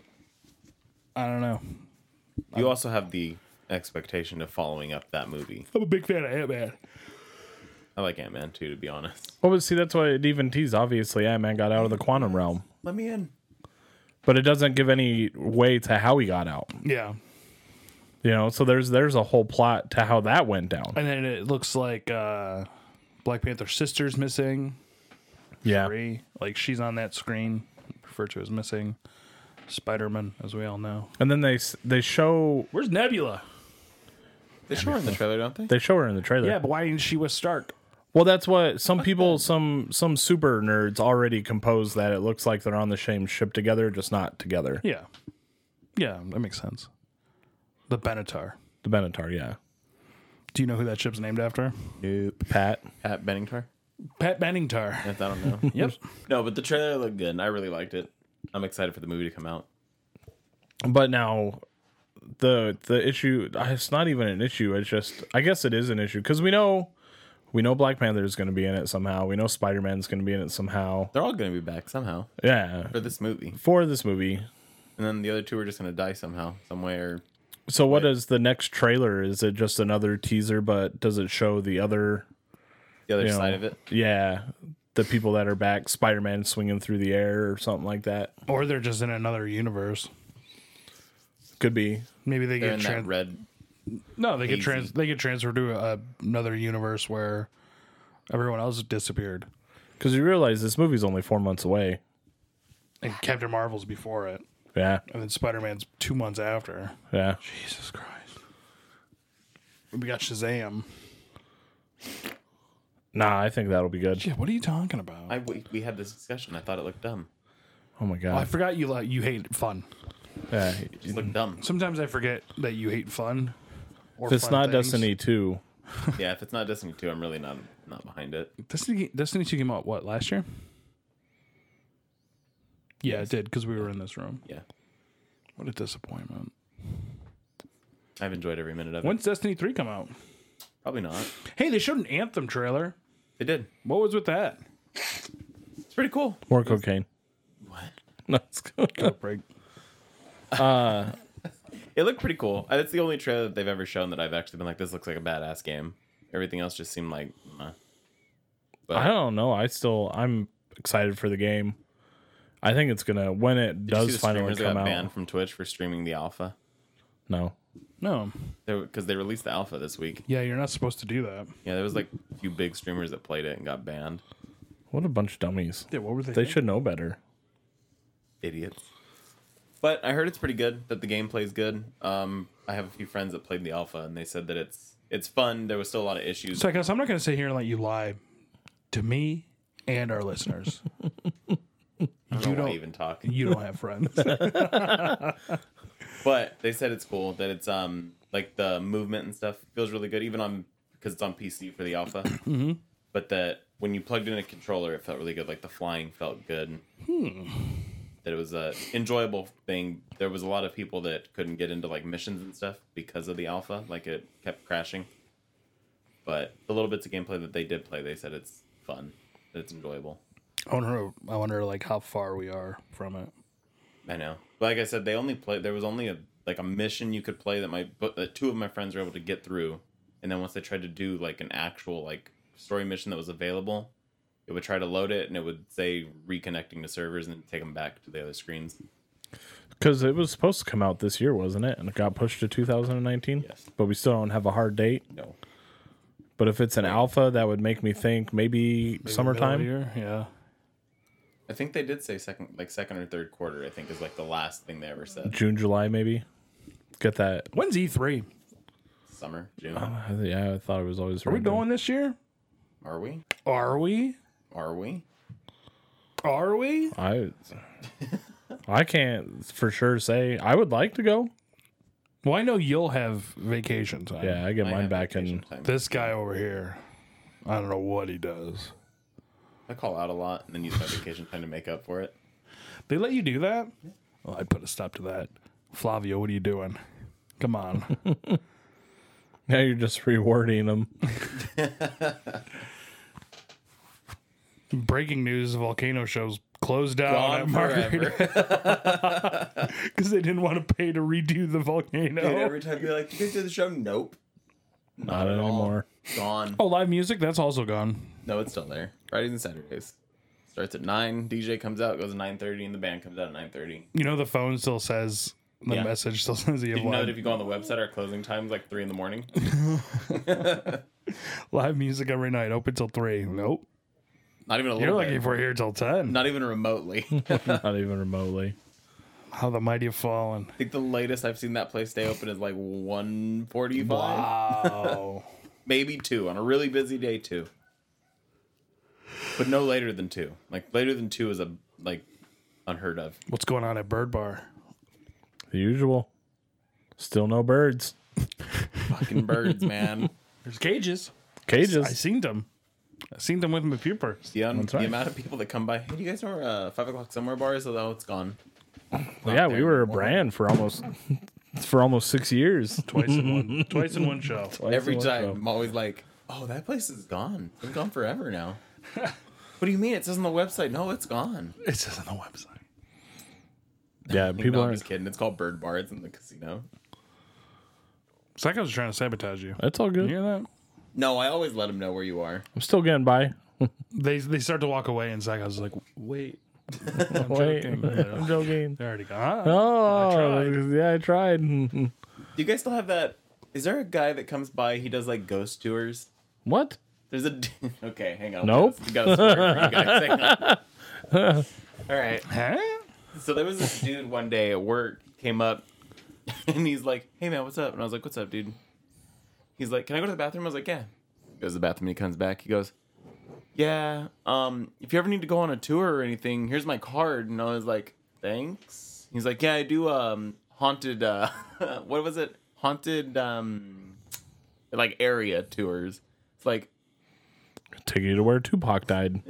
I don't know.
You also have the expectation of following up that movie.
I'm a big fan of Ant Man.
I like Ant Man too, to be honest.
Well, but see, that's why it even teased. Obviously, Ant Man got out of the quantum realm,
Let me in.
but it doesn't give any way to how he got out.
Yeah,
You know, so there's there's a whole plot to how that went down.
and then it looks like uh, Black Panther's sister's missing.
Yeah,
Three, like she's on that screen, referred to as missing. Spider Man, as we all know.
and then they s- they show
Where's Nebula?
They show her in the trailer, don't they?
they show her in the trailer.
Yeah, but why isn't she with Stark?
Well, that's what some people, some some super nerds already compose that it looks like they're on the same ship together, just not together.
Yeah, yeah, that makes sense. The Benatar.
The Benatar, yeah.
Do you know who that ship's named after?
Nope.
Pat,
Pat Benningtar.
Pat Benningtar.
I don't know.
Yep.
no, but the trailer looked good. and I really liked it. I'm excited for the movie to come out.
but now the the issue uh, it's not even an issue it's just i guess it is an issue because we know we know black panther is going to be in it somehow we know spider-man's going to be in it somehow
They're all going to be back somehow
yeah
for this movie,
for this movie
and then the other two are just going to die somehow, some way or
so what is the next trailer is it just another teaser but does it show the other
the other
you know,
side of it.
yeah the people that are back spider-man swinging through the air or something like that
Or they're just in another universe.
could be
Maybe they
They're
get
in
trans.
that red.
no, they get trans.
hazy.
They get transferred to a, another universe where everyone else disappeared,
because you realize this movie's only four months away
and Captain Marvel's before it,
yeah
and then Spider Man's two months after.
yeah
Jesus Christ. We got Shazam.
nah i think that'll be good
Yeah, what are you talking about?
I we, we had this discussion. I thought it looked dumb.
oh my
I
god
forgot you like you hate fun.
yeah.
It just
Mm.
looked dumb.
Sometimes I forget that you hate fun. Or
if it's
fun
not
things.
destiny 2
yeah, if it's not Destiny two, I'm really not not behind it.
Destiny, Destiny two came out what last year? Yeah, it did because we were in this room.
Yeah,
What a disappointment.
I've enjoyed every minute of it.
When's Destiny three come out?
Probably not.
Hey, they showed an Anthem trailer.
They did.
What was with that?
It's pretty cool.
More cocaine.
What?
No, it's good.
Break.
It looked pretty cool. Uh, It's the only trailer that they've ever shown that I've actually been like, this looks like a badass game. Everything else just seemed like, meh.
I don't know. I still I'm excited for the game. I think it's gonna when it
Did you see
does
the
finally
streamers that
come
got
out.
banned from Twitch for streaming the alpha
No.
No,
because they released the alpha this week.
yeah, you're not supposed to do that.
Yeah, there was like a few big streamers that played it and got banned.
What a bunch of dummies.
Yeah, what were
They should know better.
Idiots. But I heard it's pretty good. That the gameplay's good. Um, I have a few friends that played the alpha and they said that it's it's fun. There was still a lot of issues.
So I guess I'm not going to sit here and let you lie to me and our listeners.
I
you
don't know why I
don't-
even talk.
you don't have friends.
But they said it's cool that it's um like the movement and stuff feels really good even on because it's on PC for the alpha. mm-hmm. But that when you plugged in a controller, it felt really good. Like the flying felt good. That it was a enjoyable thing. There was a lot of people that couldn't get into like missions and stuff because of the alpha. Like it kept crashing. But the little bits of gameplay that they did play, they said it's fun. That it's enjoyable.
I wonder. I wonder like how far we are from it.
I know. But like I said, they only play. There was only a like a mission you could play that my but that two of my friends were able to get through and then once they tried to do like an actual like story mission that was available, it would try to load it and it would say reconnecting to servers and take them back to the other screens.
Because it was supposed to come out this year, wasn't it? And it got pushed to 2019.
Yes.
But we still don't have a hard date.
No.
But if it's an alpha, that would make me think maybe, summertime.
Earlier, yeah.
I think they did say second like second or third quarter, I think is like the last thing they ever said.
June, July, maybe. Get that.
When's E E3?
Summer, June.
I th- Yeah, I thought it was always.
Are we going this year?
Are we?
Are we?
Are we?
Are we?
I. I can't for sure say. I would like to go.
Well, I know you'll have vacation time.
Yeah, I get
I
mine
have
back
vacation
in.
time.
This guy over here, I don't know what he does.
I call out a lot and then use my vacation time to make up for it.
They let you do that? Well, I'd put a stop to that. Flavio, what are you doing? Come on.
Now you're just rewarding them.
Breaking news: Volcano shows closed down at
Gone
Margarita
forever.
because they didn't want to pay to redo the volcano.
Dude, every time you're like, you guys do the show? Nope.
Not
at all.
anymore.
Gone.
oh, live music? That's also gone.
No, it's still there. Fridays and Saturdays. Starts at nine. DJ comes out, goes at nine thirty, and the band comes out at nine thirty.
You know the phone still says the
Yeah.
message still says you have
Did you know
live,
that if you go on the website, our closing time's like three in the morning?
live music every night, open till three. Nope.
Not even a
You're
little.
lucky
bit.
if we're here till ten.
Not even remotely. I
Not even remotely.
How the mighty have fallen.
think the latest I've seen that place stay open is like one forty-five,
Wow.
maybe two on a really busy day two. But no later than two. Like later than two is a like unheard of.
What's going on at Bird Bar?
The usual. Still no birds.
Fucking birds, man.
There's cages. I
Cages.
seen them. I seen them with my pupers.
The, un-
right.
the amount of people that come by. Hey, do you guys know where uh, five o'clock somewhere bar is? Although it's gone.
Yeah, we
there
were a
anymore.
brand for almost for almost six years.
Twice in one. twice in one show.
Every
Excellent
time,
show.
I'm always like, "Oh, that place is gone. It's been gone forever now." what do you mean? It says on the website. No, it's gone.
It says on the website.
Yeah,
People
people
I'm
are.
just kidding. It's called Bird Bar. It's in the casino.
Psycho's trying to sabotage you.
It's all
You
good.
hear that?
No, I always let them know where you are.
I'm still getting by.
They they start to walk away, and Psycho's like, "Wait, I'm
Wait,
joking.
I'm
They're
joking.
already gone."
Oh,
tried.
yeah, I tried.
Do you guys still have that? Is there a guy that comes by? He does like ghost tours.
what?
There's a okay. Hang on.
Nope.
We got a story for you guys. Hang on. All right.
Huh?
So there was this dude one day at work came up and he's like, "Hey man, what's up?" And I was like, "What's up, dude?" He's like, "Can I go to the bathroom?" I was like, "Yeah." He goes to the bathroom. and He comes back. He goes, "Yeah. Um, if you ever need to go on a tour or anything, here's my card." And I was like, "Thanks." He's like, "Yeah, I do um haunted uh what was it haunted um like area tours." It's like
Take you to where Tupac died.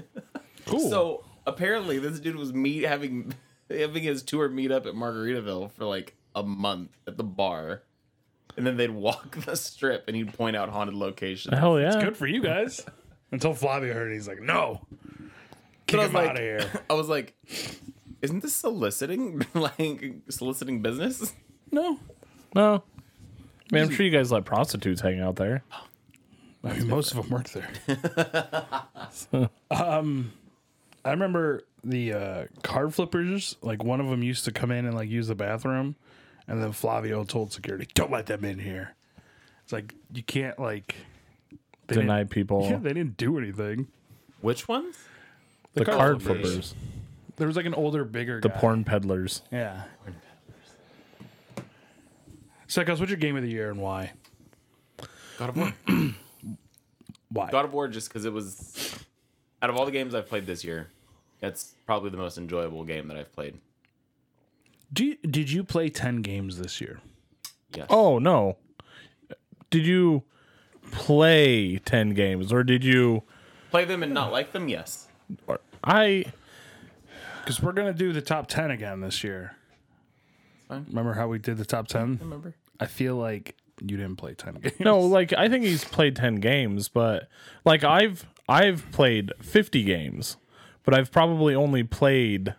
Cool.
so apparently this dude was meet having having his tour meet up at Margaritaville for like a month at the bar. And then they'd walk the strip and he'd point out haunted locations.
Hell yeah.
Good for you guys. Until Flavio heard, it, he's like, "No,
But
get
I was
him
like,
out of here."
I was like, isn't this soliciting like soliciting business?
No,
No. Man, I'm sure you guys let prostitutes hang out there.
I mean, most of them work there. um, I remember the uh, card flippers. Like one of them used to come in and like use the bathroom, and then Flavio told security, "Don't let them in here." It's like you can't like they didn't-
Deny people
Yeah, they didn't do anything.
Which ones?
the
card
card
flippers.
flippers,
There was like an older, bigger
the
guy.
porn peddlers.
Yeah. Psychos, what's your game of the year and why?
God of War.
Why?
God of War just because it was out of all the games I've played this year, that's probably the most enjoyable game that I've played.
Do you, did you play ten games this year?
Yes.
Oh no. Did you play 10 games or did you
Play them and not like them? Yes.
or- I
Because we're gonna do the top ten again this year.
fine.
Remember how we did the top ten?
Remember?
I feel like you didn't play ten games.
no, like I think he's played 10 games, but like I've I've played 50 games, but I've probably only played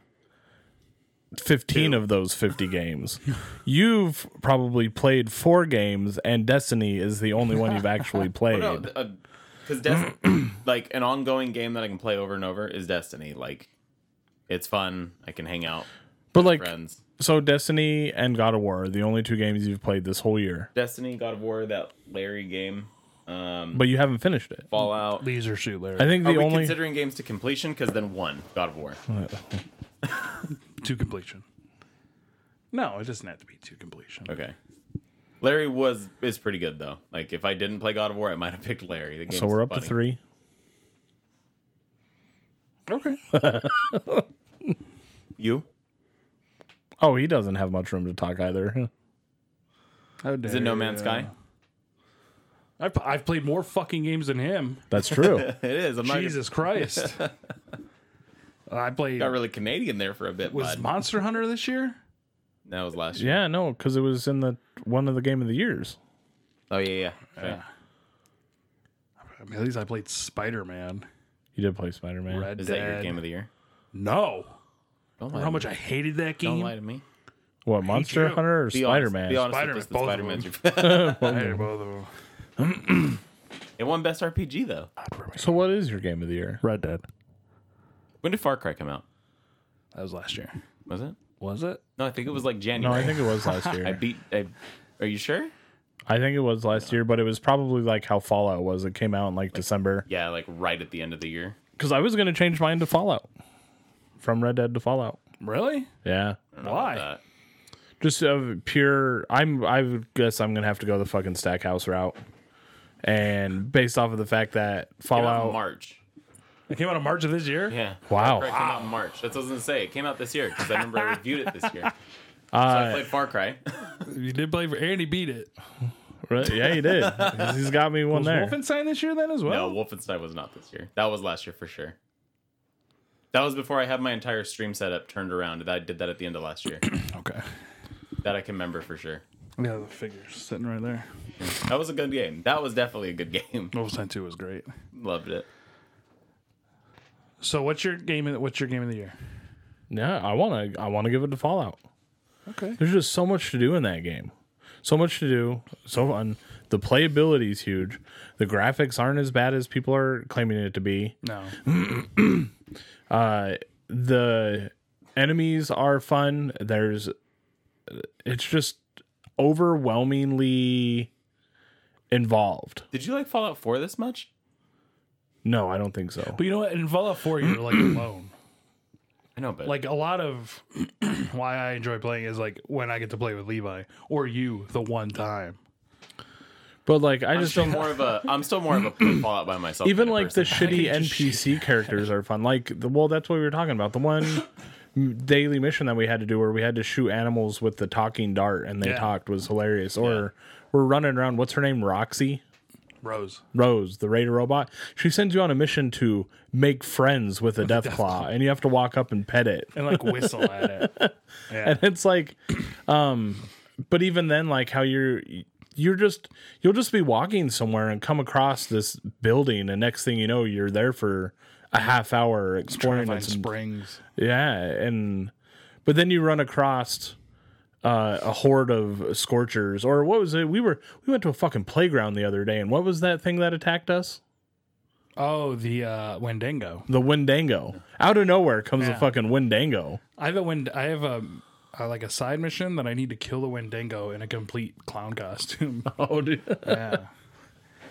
15 of those 50 games. You've probably played four games, and Destiny is the only one you've actually played.
No, because uh, like an ongoing game that I can play over and over is Destiny. Like, it's fun. I can hang out
but, like,
friends.
so Destiny and God of War are the only two games you've played this whole year,
Destiny, God of War, that Larry game, um,
but you haven't finished it.
Fallout.
Laser shoot, Larry.
I think
Are
the
we
only. Hmm.
considering games to completion? Because then one God of War.
to completion. No, it doesn't have to be to completion.
Okay. Larry was is pretty good though. Like if I didn't play God of War, I might have picked Larry. The game's
so we're up
funny.
to three.
Okay.
You?
Oh, he doesn't have much room to talk either.
Is it No Man's Sky?
I've, I've played more fucking games than him.
That's true.
It is. I'm not
Jesus Christ. I played.
got really Canadian there for a bit,
was
bud.
Monster Hunter this year?
that was last year.
yeah, no, because it was in the one of the game of the years.
Oh yeah, yeah. Okay.
Uh,
I mean, at least I played Spider Man.
You did play Spider Man.
Red
Is
Dead.
that your game of the year?
No.
Don't
Remember how much I hated that game?
Don't lie to me.
What Monster
you.
Hunter or
Be honest-
Spider Man?
Be honest
Spider-Man,
with us, the
both of them.
Spider-Man's your-
I hated both of them.
It won Best RPG though.
So what is your game of the year?
Red Dead.
When did Far Cry come out?
That was last year.
Was it?
Was it?
No, I think it was like
No,
January.
I think it was last
I
year.
beat. I, are you sure?
I think it was last year, but it was probably like how Fallout was. It came out in like December.
Yeah, like right at the end of the year.
Because I was gonna change mine to Fallout, from Red Dead to Fallout.
Really?
Yeah,
Why?
Uh,
just of pure. I'm. I would guess I'm gonna have to go the fucking Stackhouse route, and based off of the fact that
came out in
Fallout.
March.
It came out in March of this year?
Yeah.
Wow.
Far Cry came out in March. That's what I was gonna say. It came out this year because I remember I reviewed it this year. So
Uh,
I played Far Cry.
You did play for Andy beat it.
Right, yeah, he did. He's- He's got me one
Was
there.
Wolfenstein this year then as well?
no, Wolfenstein was not this year. That was last year for sure. That was before I had my entire stream setup turned around. I did that at the end of last year.
Okay.
that I can remember for sure.
Yeah, the figure's sitting right there.
That was a good game. That was definitely a good game.
Wolfenstein 2 was great.
Loved it.
So what's your game of, what's your game of the year?
Yeah, I wanna. I wanna give it to Fallout.
Okay.
There's just so much to do in that game. So much to do. So fun. The playability is huge. The graphics aren't as bad as people are claiming it to be.
No.
Uh, the enemies are fun. There's, it's just overwhelmingly involved.
Did you like Fallout 4 this much?
No, I don't think so.
But you know what? In Fallout 4, you're like alone.
I know, but
Like a lot of why I enjoy playing is like when I get to play with Levi or you the one time.
But like, I
I'm
just
still
don't.
more of a I'm still more of a Fallout by myself.
Even
kind of
like the
person.
shitty NPC characters are fun. Like, the, well, that's what we were talking about. The one daily mission that we had to do where we had to shoot animals with the talking dart and they
Yeah.
talked was hilarious. Or we're running around. What's her name? Roxy.
Rose.
Rose, the Raider robot, she sends you on a mission to make friends with a death, claw, and you have to walk up and pet it.
And like whistle at it.
And it's like, um, but even then, like how you're, you're just, you'll just be walking somewhere and come across this building, and next thing you know, you're there for a half hour exploring
Find
its
springs.
yeah, and but then you run across uh, a horde of scorchers, or what was it? We were we went to a fucking playground the other day, and what was that thing that attacked us?
Oh, the uh, Wendigo.
the Wendango. Out of nowhere comes the fucking Wendango.
I have a wind. I have a, a like a side mission that I need to kill the Wendigo in a complete clown costume.
Oh, dude.
yeah.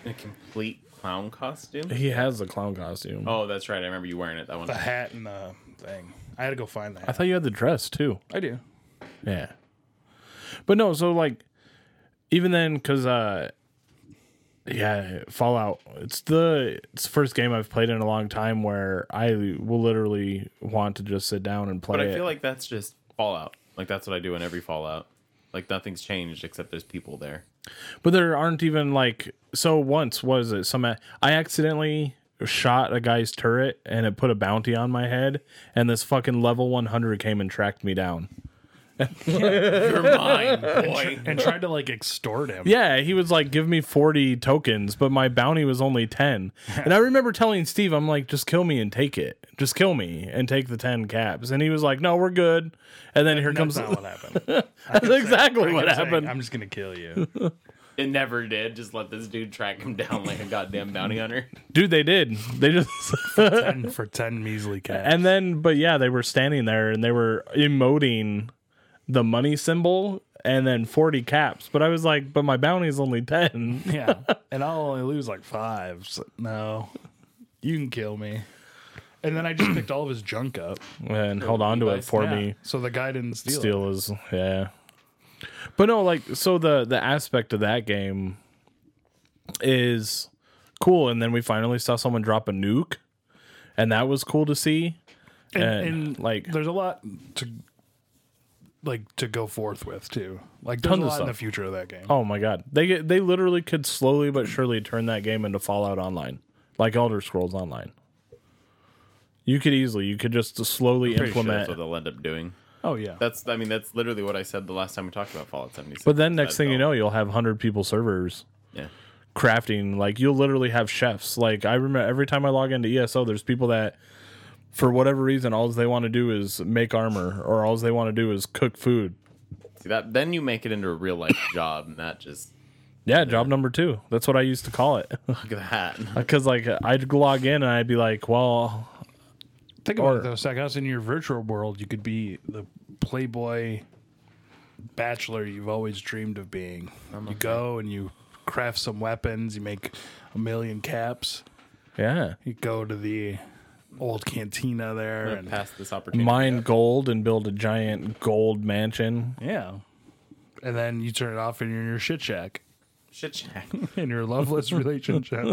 in a complete clown costume.
He has the clown costume.
Oh, that's right. I remember you wearing it that one.
The hat and the thing. I had to go find
I
that.
thought you had the dress too.
I do.
Yeah. But no, so like, even then, because, uh, yeah, Fallout. It's the it's the first game I've played in a long time where I will literally want to just sit down and play.
But I
it.
feel like that's just Fallout. Like that's what I do in every Fallout. Like nothing's changed except there's people there.
But there aren't even like so. Once was it some? I accidentally shot a guy's turret and it put a bounty on my head, and this fucking level one hundred came and tracked me down,
You're mine, boy.
and tried to like extort him.
Yeah, he was like, give me 40 tokens, but my bounty was only 10. and I remember telling Steve, I'm like, just kill me and take it. Just kill me and take the 10 caps. And he was like, no, we're good. And then here
That's
comes.
not what happened.
That's exactly
He
what
kept saying,
happened.
I'm just gonna kill you.
It never did. Just let this dude track him down like a goddamn bounty hunter.
Dude, they did. They just.
ten for ten measly cash.
and then, but yeah, they were standing there and they were emoting the money symbol and then 40 caps. But I was like, but my bounty's only 10.
yeah, and I'll only lose like five. So no, you can kill me. And then I just picked all of his junk up,
and held on to it
Levi's
for
Yeah,
me.
so the guy didn't steal. it.
Steel is yeah. But no, like so the the aspect of that game is cool, and then we finally saw someone drop a nuke, and that was cool to see. And, like
there's a lot to like to go forth with too. Like there's
Tons
a
of
lot in the
stuff.
future of that game.
oh my god, they get they literally could slowly but surely turn that game into Fallout Online, like Elder Scrolls Online. You could easily, you could just slowly
Pretty sure
implement.
that's what they'll end up doing.
Oh yeah,
That's I mean that's literally what I said the last time we talked about Fallout 76.
but then next
That
thing you
they'll-
know, you'll have hundred people servers.
yeah.
crafting like you'll literally have chefs like i remember every time i log into eso there's people that for whatever reason all they want to do is make armor or all they want to do is cook food
See that then you make it into a real life job, not just
yeah job number two that's what i used to call it
look at that.
because like i'd log in and i'd be like well
think about
or-
it though. Zach, us in your virtual world, you could be the playboy bachelor you've always dreamed of being. you go and you craft some weapons. You make a million caps.
yeah
You go to the old cantina there
I'm gonna
and
pass this opportunity.
mine
up.
gold and build a giant gold mansion
yeah, and then you turn it off and you're in your shit shack
shit shack.
in your loveless relationship.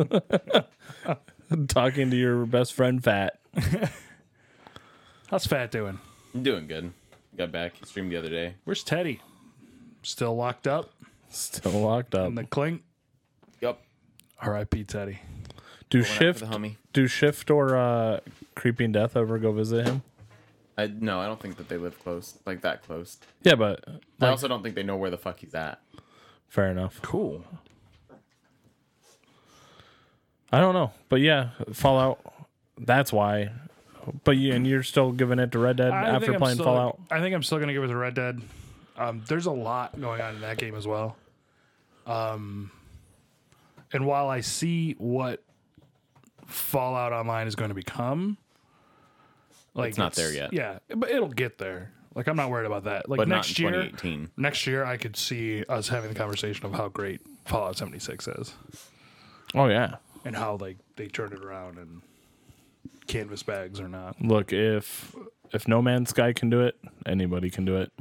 talking to your best friend fat
How's Fat doing?
I'm doing good. Got back. Streamed the other day.
Where's Teddy? Still locked up
still locked up
in the clink.
Yep.
R.I.P. Teddy.
do
Went after
shift
the homie.
do shift or uh creeping death ever go visit him
I no, I don't think that they live close like that close.
yeah but
I also don't think they know where the fuck he's at.
fair enough
Cool.
I don't know, but yeah, Fallout. That's why. But you and you're still giving it to Red Dead after playing
still,
Fallout.
I think I'm still gonna give it to Red Dead. Um, there's a lot going on in that game as well. Um, and while I see what Fallout Online is going to become, like
It's not there yet.
Yeah, but it'll get there. Like I'm not worried about that. Like
But not
next
in
year,
2018.
next year I could see us having the conversation of how great Fallout 76 is
Oh yeah.
and how like they turned it around and canvas bags or not.
Look, if if No Man's Sky can do it, anybody can do it.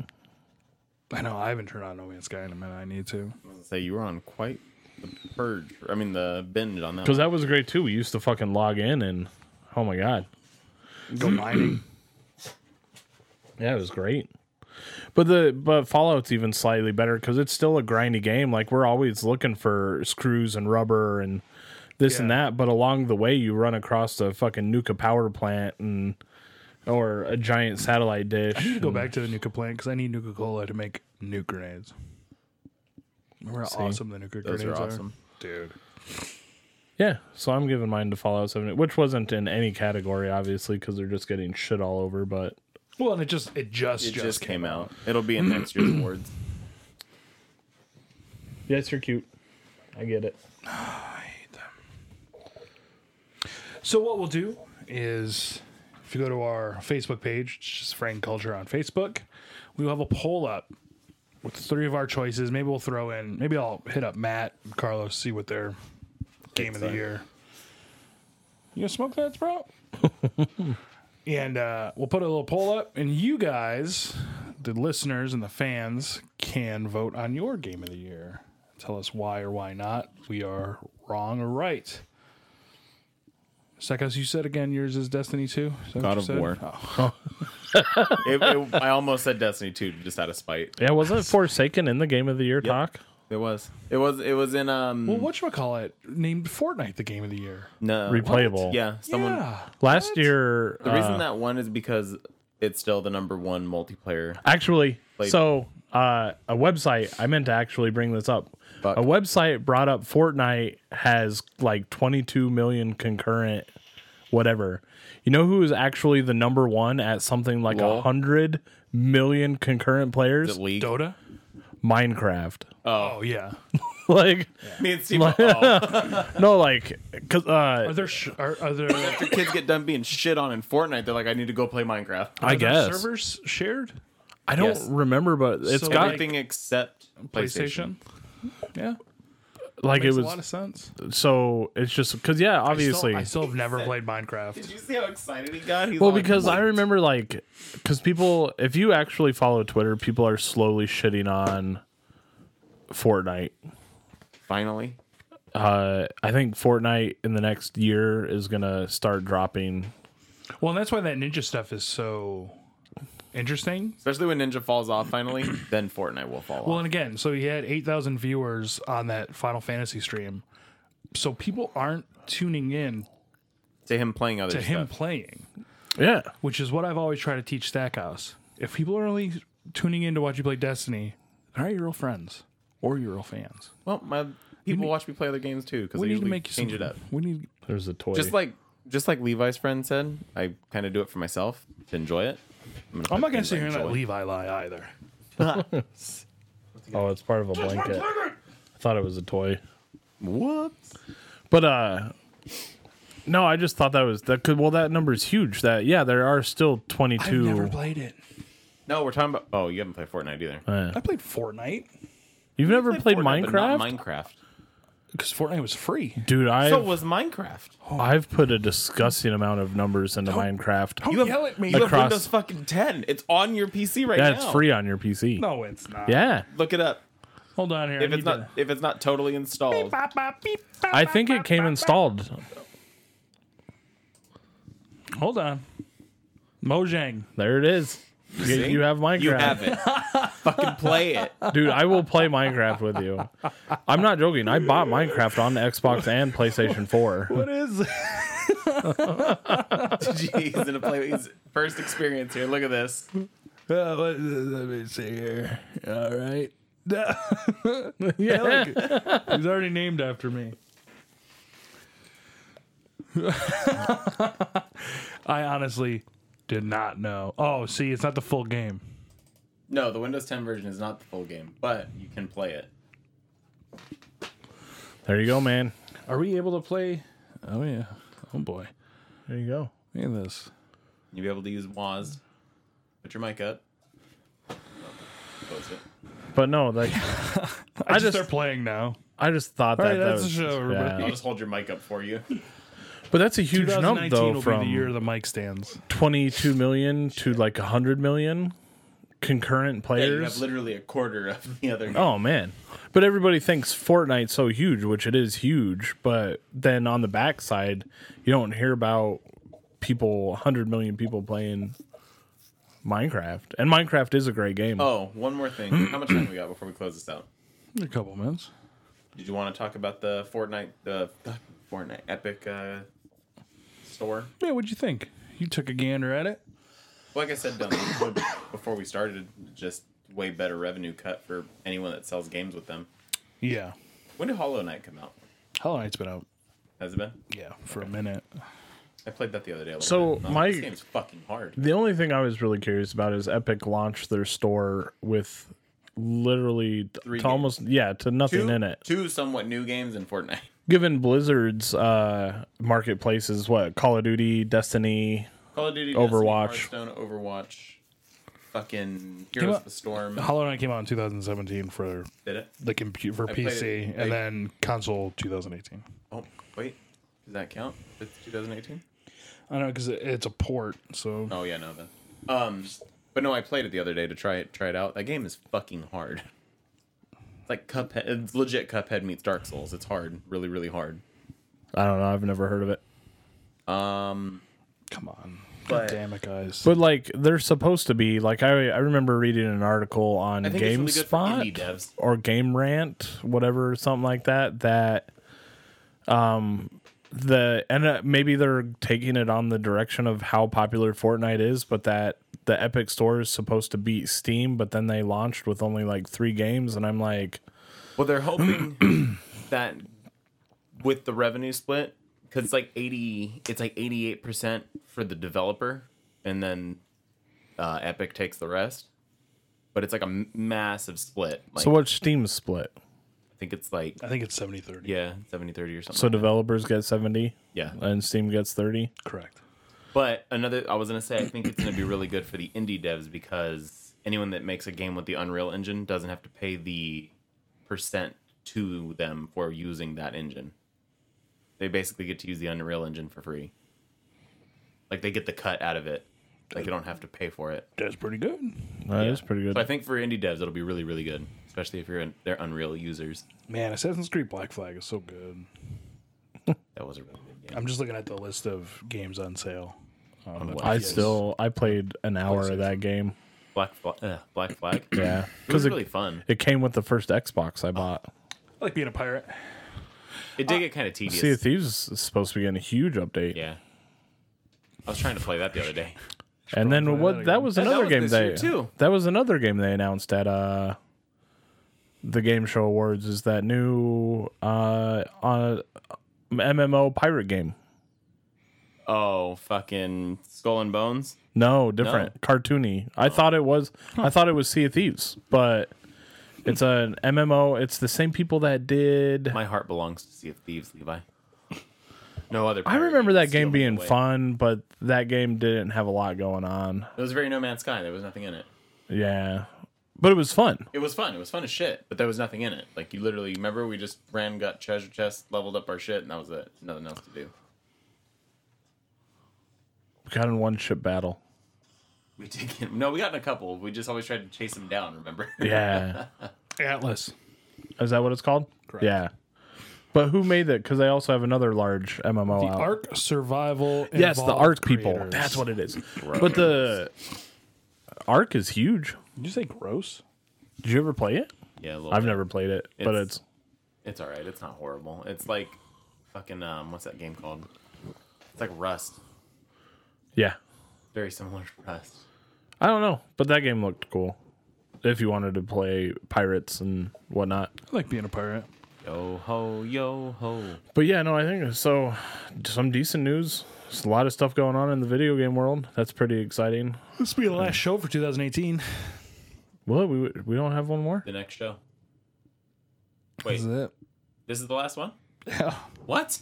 I know I haven't turned on No Man's Sky in a minute. I need to.
Say you were on quite the purge. I mean the binge on that.
Because
One.
that was great too. We used to fucking log in and oh my god,
Go mining.
yeah, it was great. But the but Fallout's even slightly better because it's still a grindy game. Like we're always looking for screws and rubber and this and
Yeah.
that. But along the way, you run across a fucking nuka power plant and or a giant satellite dish.
I need to go back to the Nuka plant because I need Nuka Cola to make nuke grenades. Remember how awesome the Nuka
Those
grenades
are awesome.
dude.
Yeah, so I'm giving mine to Fallout 7, which wasn't in any category, obviously, because they're just getting shit all over. But
Well, and it just it just
It
just,
just
came.
came out. It'll be in next year's awards.
yes, you're cute. I get it.
So what we'll do is, if you go to our Facebook page, it's just Frank Culture on Facebook, we will have a poll up with three of our choices. Maybe we'll throw in. Maybe I'll hit up Matt, and Carlos, see what their game of the year. You gonna smoke that, bro? and uh, we'll put a little poll up, and you guys, the listeners and the fans, can vote on your game of the year. Tell us why or why not we are wrong or right. Sekos, you said again, yours is Destiny 2? Is that what
God
you
of
said?
War.
Oh.
It- it- I almost said Destiny 2 just out of spite.
Yeah, wasn't Forsaken in the Game of the Year talk?
It was. It was. It was in um.
Well, whatchamacallit named Fortnite the game of the year.
no
Replayable.
what? Yeah, someone.
yeah.
Last year,
The reason
uh,
that one is because it's still the number one multiplayer.
actually,
Played-
So, uh, a website, I meant to actually bring this up.
Fuck.
A website brought up Fortnite has like 22 million concurrent whatever. You know who is actually the number one at something like a
Lol.
100 million concurrent players?
the league.
Dota?
Minecraft.
Oh, yeah.
like,
Me and Steve. oh,
no, like, cause, uh,
Are there, sh- are, are there, are
the kids get done being shit on in Fortnite. They're like, I need to go play Minecraft.
I
there
guess.
servers shared?
I don't
Yes.
remember, but it's
So,
got
like,
Everything except PlayStation.
PlayStation? Yeah.
like it
Makes
was
a lot of sense.
so it's just because yeah obviously
I still have never played Minecraft.
Did you see how excited he got? He's
well
all like,
because i
"What?"
remember like because people if you actually follow twitter people are slowly shitting on fortnite
finally.
uh i think fortnite in the next year is gonna start dropping
Well, and that's why that ninja stuff is so interesting.
Especially when Ninja falls off finally, then Fortnite will fall
Well,
off.
and again, so he had 8,000 viewers on that Final Fantasy stream. So people aren't tuning in
To him playing other
to
stuff.
him playing,
yeah
which is what I've always tried to teach Stackhouse. If people are only tuning in to watch you play Destiny, they're not your real friends or your real fans.
well, my people watch me play other games too because
We
they
need to
usually
make
change it
some-
up.
We need
there's a toy
Just like just like Levi's friend said, I kind of do it for myself to enjoy it. I'm,
I'm not
play
gonna
things
sit
I
here and let
enjoy.
Levi lie either.
oh it's part of a blanket i thought it was a toy
Whoops!
But uh no, I just thought that was that could well that number is huge. That yeah, there are still twenty
I've never
two.
played it.
No, we're talking about. Oh, you haven't played Fortnite either.
I played Fortnite
You've never played
Fortnite, but
Minecraft,
not Minecraft.
because Fortnite was free.
dude. I
So was Minecraft.
I've put a disgusting amount of numbers into Minecraft.
Don't yell at me.
You have
Across-
Windows fucking 10. It's on your PC right
Yeah,
now.
it's free on your PC.
no, Oh, it's not.
Yeah,
Look it up.
Hold on here. I
If
need
it's
to-
not if it's not totally installed,
I think it came installed.
Hold on. Mojang.
There it is. You,
See?
you have Minecraft,
you have it. fucking play it.
dude. I will play Minecraft with you. I'm not joking. I bought Minecraft on the Xbox and PlayStation Four.
What is it?
He's gonna play his first experience here. Look at this.
Uh, let, let me see here. All right.
Yeah,
He's already named after me. I honestly did not know. Oh, see, it's not the full game.
No, the Windows 10 version is not the full game, but you can play it.
there you go, man.
Are we able to play? Oh yeah. Oh boy.
There you go.
Look at this.
You'll be able to use WAS. Put your mic up. Close it.
But no, like
I,
just-
just they're playing now.
I just thought that,
right,
that
that's
was
the show, everybody.
I'll
yeah.
just hold your mic up for you.
But that's a huge jump
2019
though
will
from
be the year the mic stands.
22 million to like 100 million concurrent
Yeah, you have
players.
literally a quarter of the other.
oh man. But everybody thinks Fortnite's so huge, which it is huge, but then on the backside, you don't hear about people 100 million people playing Minecraft. And Minecraft is a great game.
Oh, one more thing. How much time we got before we close this out?
A couple minutes.
Did you want to talk about the Fortnite, the Fortnite Epic uh, store?
Yeah, what'd you think? You took a gander at it.
Like I said down before we started, just way better revenue cut for anyone that sells games with them.
Yeah.
When did Hollow Knight come out?
Hollow Knight's been out.
Has it been?
Yeah, for a minute.
I played that the other day. a little
So,
bit. Oh,
my-
this game's fucking hard.
The only thing I was really curious about is Epic launched their store with literally
Three
to
games.
almost yeah, to nothing
Two,
in it.
two somewhat new games in Fortnite.
given Blizzard's uh, marketplaces, what Call of Duty, Destiny,
Call of Duty,
Overwatch.
Destiny, Hearthstone, Overwatch, fucking
know
Heroes
what?
of the Storm.
Hollow Knight came out in 2017 for
Did it?
the computer for
played
PC
it.
and
I-
then console 2018.
Oh wait, does that count? It's 2018.
I don't know because it's a port, so
Oh yeah, no. That. Um, but no, I played it the other day to try it try it out. That game is fucking hard. It's like Cuphead, it's legit Cuphead meets Dark Souls. It's hard, really, really hard.
I don't know. I've never heard of it.
Um,
come on. God
But-
damn it, guys.
But like they're supposed to be like I I remember reading an article on
I think it's really good for
GameSpot
indie devs.
or Game Rant, whatever, something like that. That um the and uh, maybe they're taking it on the direction of how popular Fortnite is, but that the Epic Store is supposed to beat Steam, but then they launched with only like three games, and I'm like,
Well, they're hoping that with the revenue split, because it's like eighty, it's like eighty-eight percent for the developer, and then uh, Epic takes the rest. But it's like a m- massive split. Like,
so what's Steam's split?
I think it's like
I think it's 70 30.
yeah, 70-30 or something.
So developers get seventy,
yeah,
and Steam gets thirty.
Correct.
But another, I was gonna say, I think it's gonna be really good for the indie devs because anyone that makes a game with the Unreal Engine doesn't have to pay the percent to them for using that engine. They basically get to use the Unreal Engine for free. Like they get the cut out of it. Like they don't have to pay for it.
That's pretty good.
That is pretty good.
So I think for indie devs, it'll be really, really good, especially if you're an, they're Unreal users.
Man, Assassin's Creed Black Flag is so good.
That was a really good game.
I'm just looking at the list of games on sale.
On what?
I still I played an hour of that game.
Black Fla- uh, Black Flag. it
Yeah,
was
because it,
really fun.
it came with the first Xbox I bought.
I like being a pirate.
It did get kind of tedious.
Sea of Thieves is supposed to be getting a huge update.
Yeah. I was trying to play that the other day.
And then
that
what? That
again.
was
Yeah, that
another
was
game
this
they
year, too.
that was another game they announced at uh the game show awards is that new uh on MMO pirate game.
Oh, fucking Skull and Bones.
No, different cartoony.
Oh.
I thought it was I thought it was Sea of Thieves, but it's an MMO. It's the same people that did.
My heart belongs to Sea of Thieves, Levi. No other.
I
pirate
remember that
steal
game
me
being
away.
fun, but that game didn't have a lot going on.
It was very No Man's Sky. There was nothing in it.
Yeah, but it was fun.
It was fun. It was fun as shit, but there was nothing in it. Like you literally remember, we just ran, got treasure chest, leveled up our shit, and that was it. Nothing else to do.
We got in one ship battle.
We did get no. We got in a couple. We just always tried to chase them down. Remember?
Yeah.
Atlas.
Is that what it's called?
Correct.
Yeah. But who made it? Because they also have another large MMO
The
out.
Ark Survival.
yes, the
Evolved
Ark people.
creators.
That's what it is. But the Ark is huge.
Did you say gross?
Did you ever play it?
Yeah. A little
I've
bit.
never played it, but
It's-
it's
It's all right. It's not horrible. It's like fucking um. What's that game called? It's like Rust.
yeah.
Very similar to Rust.
I don't know, but that game looked cool. If you wanted to play pirates and whatnot,
I like being a pirate.
Yo ho, yo ho.
but yeah, no, I think so. Some decent news. There's a lot of stuff going on in the video game world. That's pretty exciting.
This will be the last show for 2018.
What we we don't have one more?
The next show. Wait,
This is it.
this is the last one?
Yeah.
What?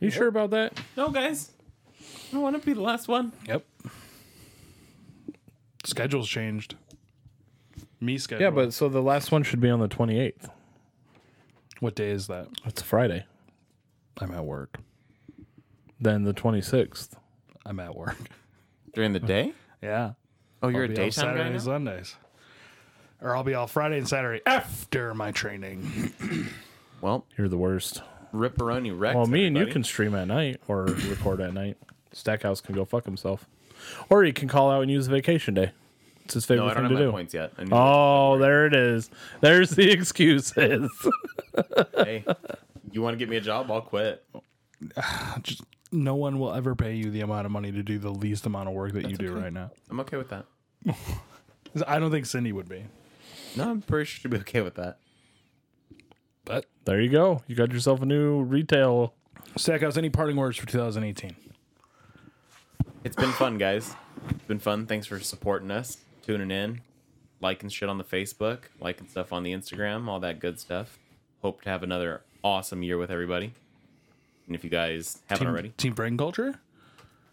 You sure about that?
No, guys. I don't want to be the last one.
Yep. Schedule's changed. Me schedule.
Yeah, but so the last one should be on the 28th.
what day is that?
That's Friday.
I'm at work.
Then the 26th.
I'm at work.
During the day?
Yeah.
Oh, you're
I'll
a
be off
daytime
Saturday
guy
and
now?
Sundays. Or I'll be off Friday and Saturday after my training.
Well,
You're the worst.
Ripperoni Rex.
Well, me and you
everybody.
can stream at night or record at night. Stackhouse can go fuck himself. Or he can call out and use vacation day. It's his favorite
No, I don't
thing
have
to
my
do.
points yet. I knew
Oh, there it is. There's the excuses.
that. Hey, you want to get me a job? I'll quit.
Just, no one will ever pay you the amount of money to do the least amount of work that you do right now.
I'm okay with that.
I don't think Cindy would be.
No, I'm pretty sure she'll be okay with that.
But
there you go. You got yourself a new retail.
Stackhouse, any parting words for 2018?
It's been fun, guys. It's been fun. Thanks for supporting us, tuning in, liking shit on the Facebook, liking stuff on the Instagram, all that good stuff. Hope to have another awesome year with everybody. And if you guys haven't
Team,
already,
Team Brain Culture?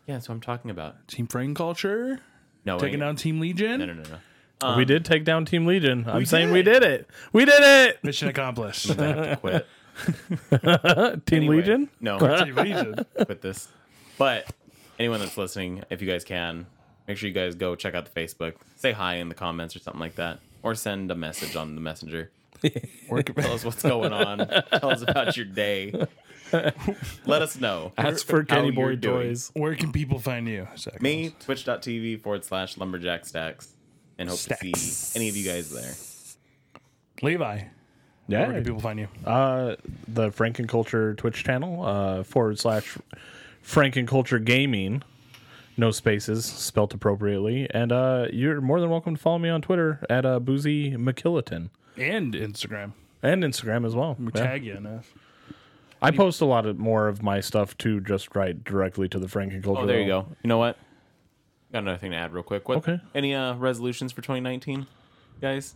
yeah, that's what I'm talking about.
Team Brain Culture?
No,
Taking
ain't-
down Team Legion?
No, no, no, no. Um,
we did take down Team Legion. I'm saying we
did.
did it. We did it.
Mission accomplished.
I have to quit.
Team
Anyway,
Legion.
No,
Team Legion.
quit this. But anyone that's listening, if you guys can, make sure you guys go check out the Facebook. Say hi in the comments or something like that, or send a message on the messenger. Tell us what's going on. Tell us about your day. Let us know.
That's for
how
Kenny
you're
Boy
doing.
Toys.
Where can people find you? Stackhouse?
Me, twitch.tv forward slash lumberjack stacks. And hope to
Stacks.
see any of you guys there.
Levi.
Yeah.
Where can people find you?
Uh, the Frankenculture Twitch channel uh, forward slash Frankenculture Gaming, no spaces, spelt appropriately. And uh, you're more than welcome to follow me on Twitter at uh, Boozy McKilliton
And Instagram.
and Instagram as well.
We
Mm-hmm.
Yeah.
tag you in that.
I post a lot of more of my stuff too, just right directly to the Frankenculture.
Oh, there you go. You know what? Got another thing to add real quick. What,
Okay.
Any uh, resolutions for 2019, guys?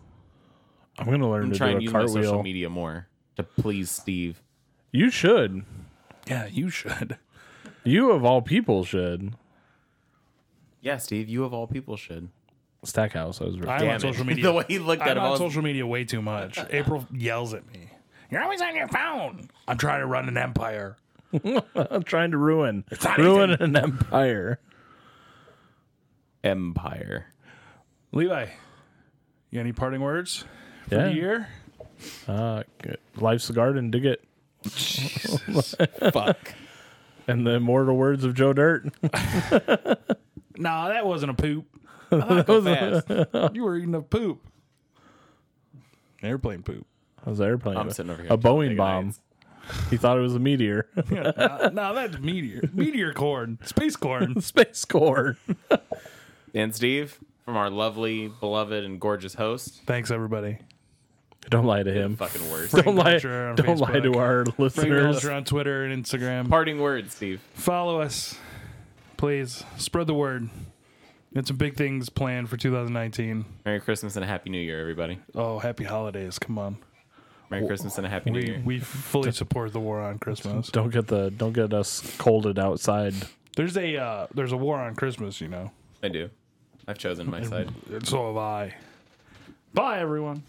I'm gonna learn
I'm
to
trying to
do a
use my social
cartwheel.
media more to please Steve.
You should.
Yeah, you should.
You of all people should.
Yeah, Steve, you of all people should.
Stackhouse. I was.
I'm
Damn
on
it.
social media.
the way he looked at
I'm
him, I
on
was-
social media way too much. April yells at me. You're always on your phone. I'm trying to run an empire.
I'm trying to ruin
not
ruin
even-
an empire.
Empire.
Levi, you got any parting words for
Yeah.
the year?
Uh, life's a garden. Dig it.
Fuck.
And the immortal words of Joe Dirt.
Nah, that wasn't a poop.
Go fast.
You were eating a poop. Airplane poop.
How's the airplane?
I'm sitting over here.
A Boeing
Big
bomb.
nights.
He thought it was a meteor.
nah, nah, that's meteor. Meteor corn. Space corn.
Space corn.
And Steve, from our lovely, beloved, and gorgeous host.
Thanks, everybody.
Don't lie to him.
Fucking worst.
Don't lie.
Culture on
Don't lie
Facebook.
to our
Bring
listeners.
Culture on Twitter and Instagram.
Parting words, Steve.
Follow us. Please spread the word. Got some big things planned for 2019.
Merry Christmas and a Happy New Year, everybody.
Oh, happy holidays. Come on.
Merry Christmas and a Happy New
We,
Year.
we fully support the war on Christmas.
Don't get the. Don't get us colded outside.
There's a uh, there's a war on Christmas, you know.
I do. I've chosen my side.
And so have I. Bye, everyone.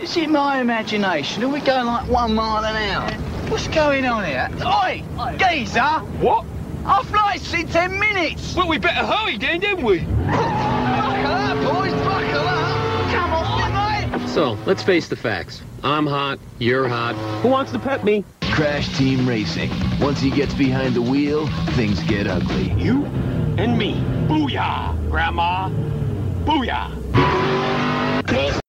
Is it my imagination? Are we going like one mile an hour? What's going on here? Oi! Geezer! What? Our flight's in ten minutes! Well, we better hurry then, didn't we? Buckle up, boys, buckle up! Come on, mate!
So let's face the facts. I'm hot. You're hot. Who wants to pet me?
Crash Team Racing. Once he gets behind the wheel, things get ugly.
You and me. Booyah, Grandma. Booyah.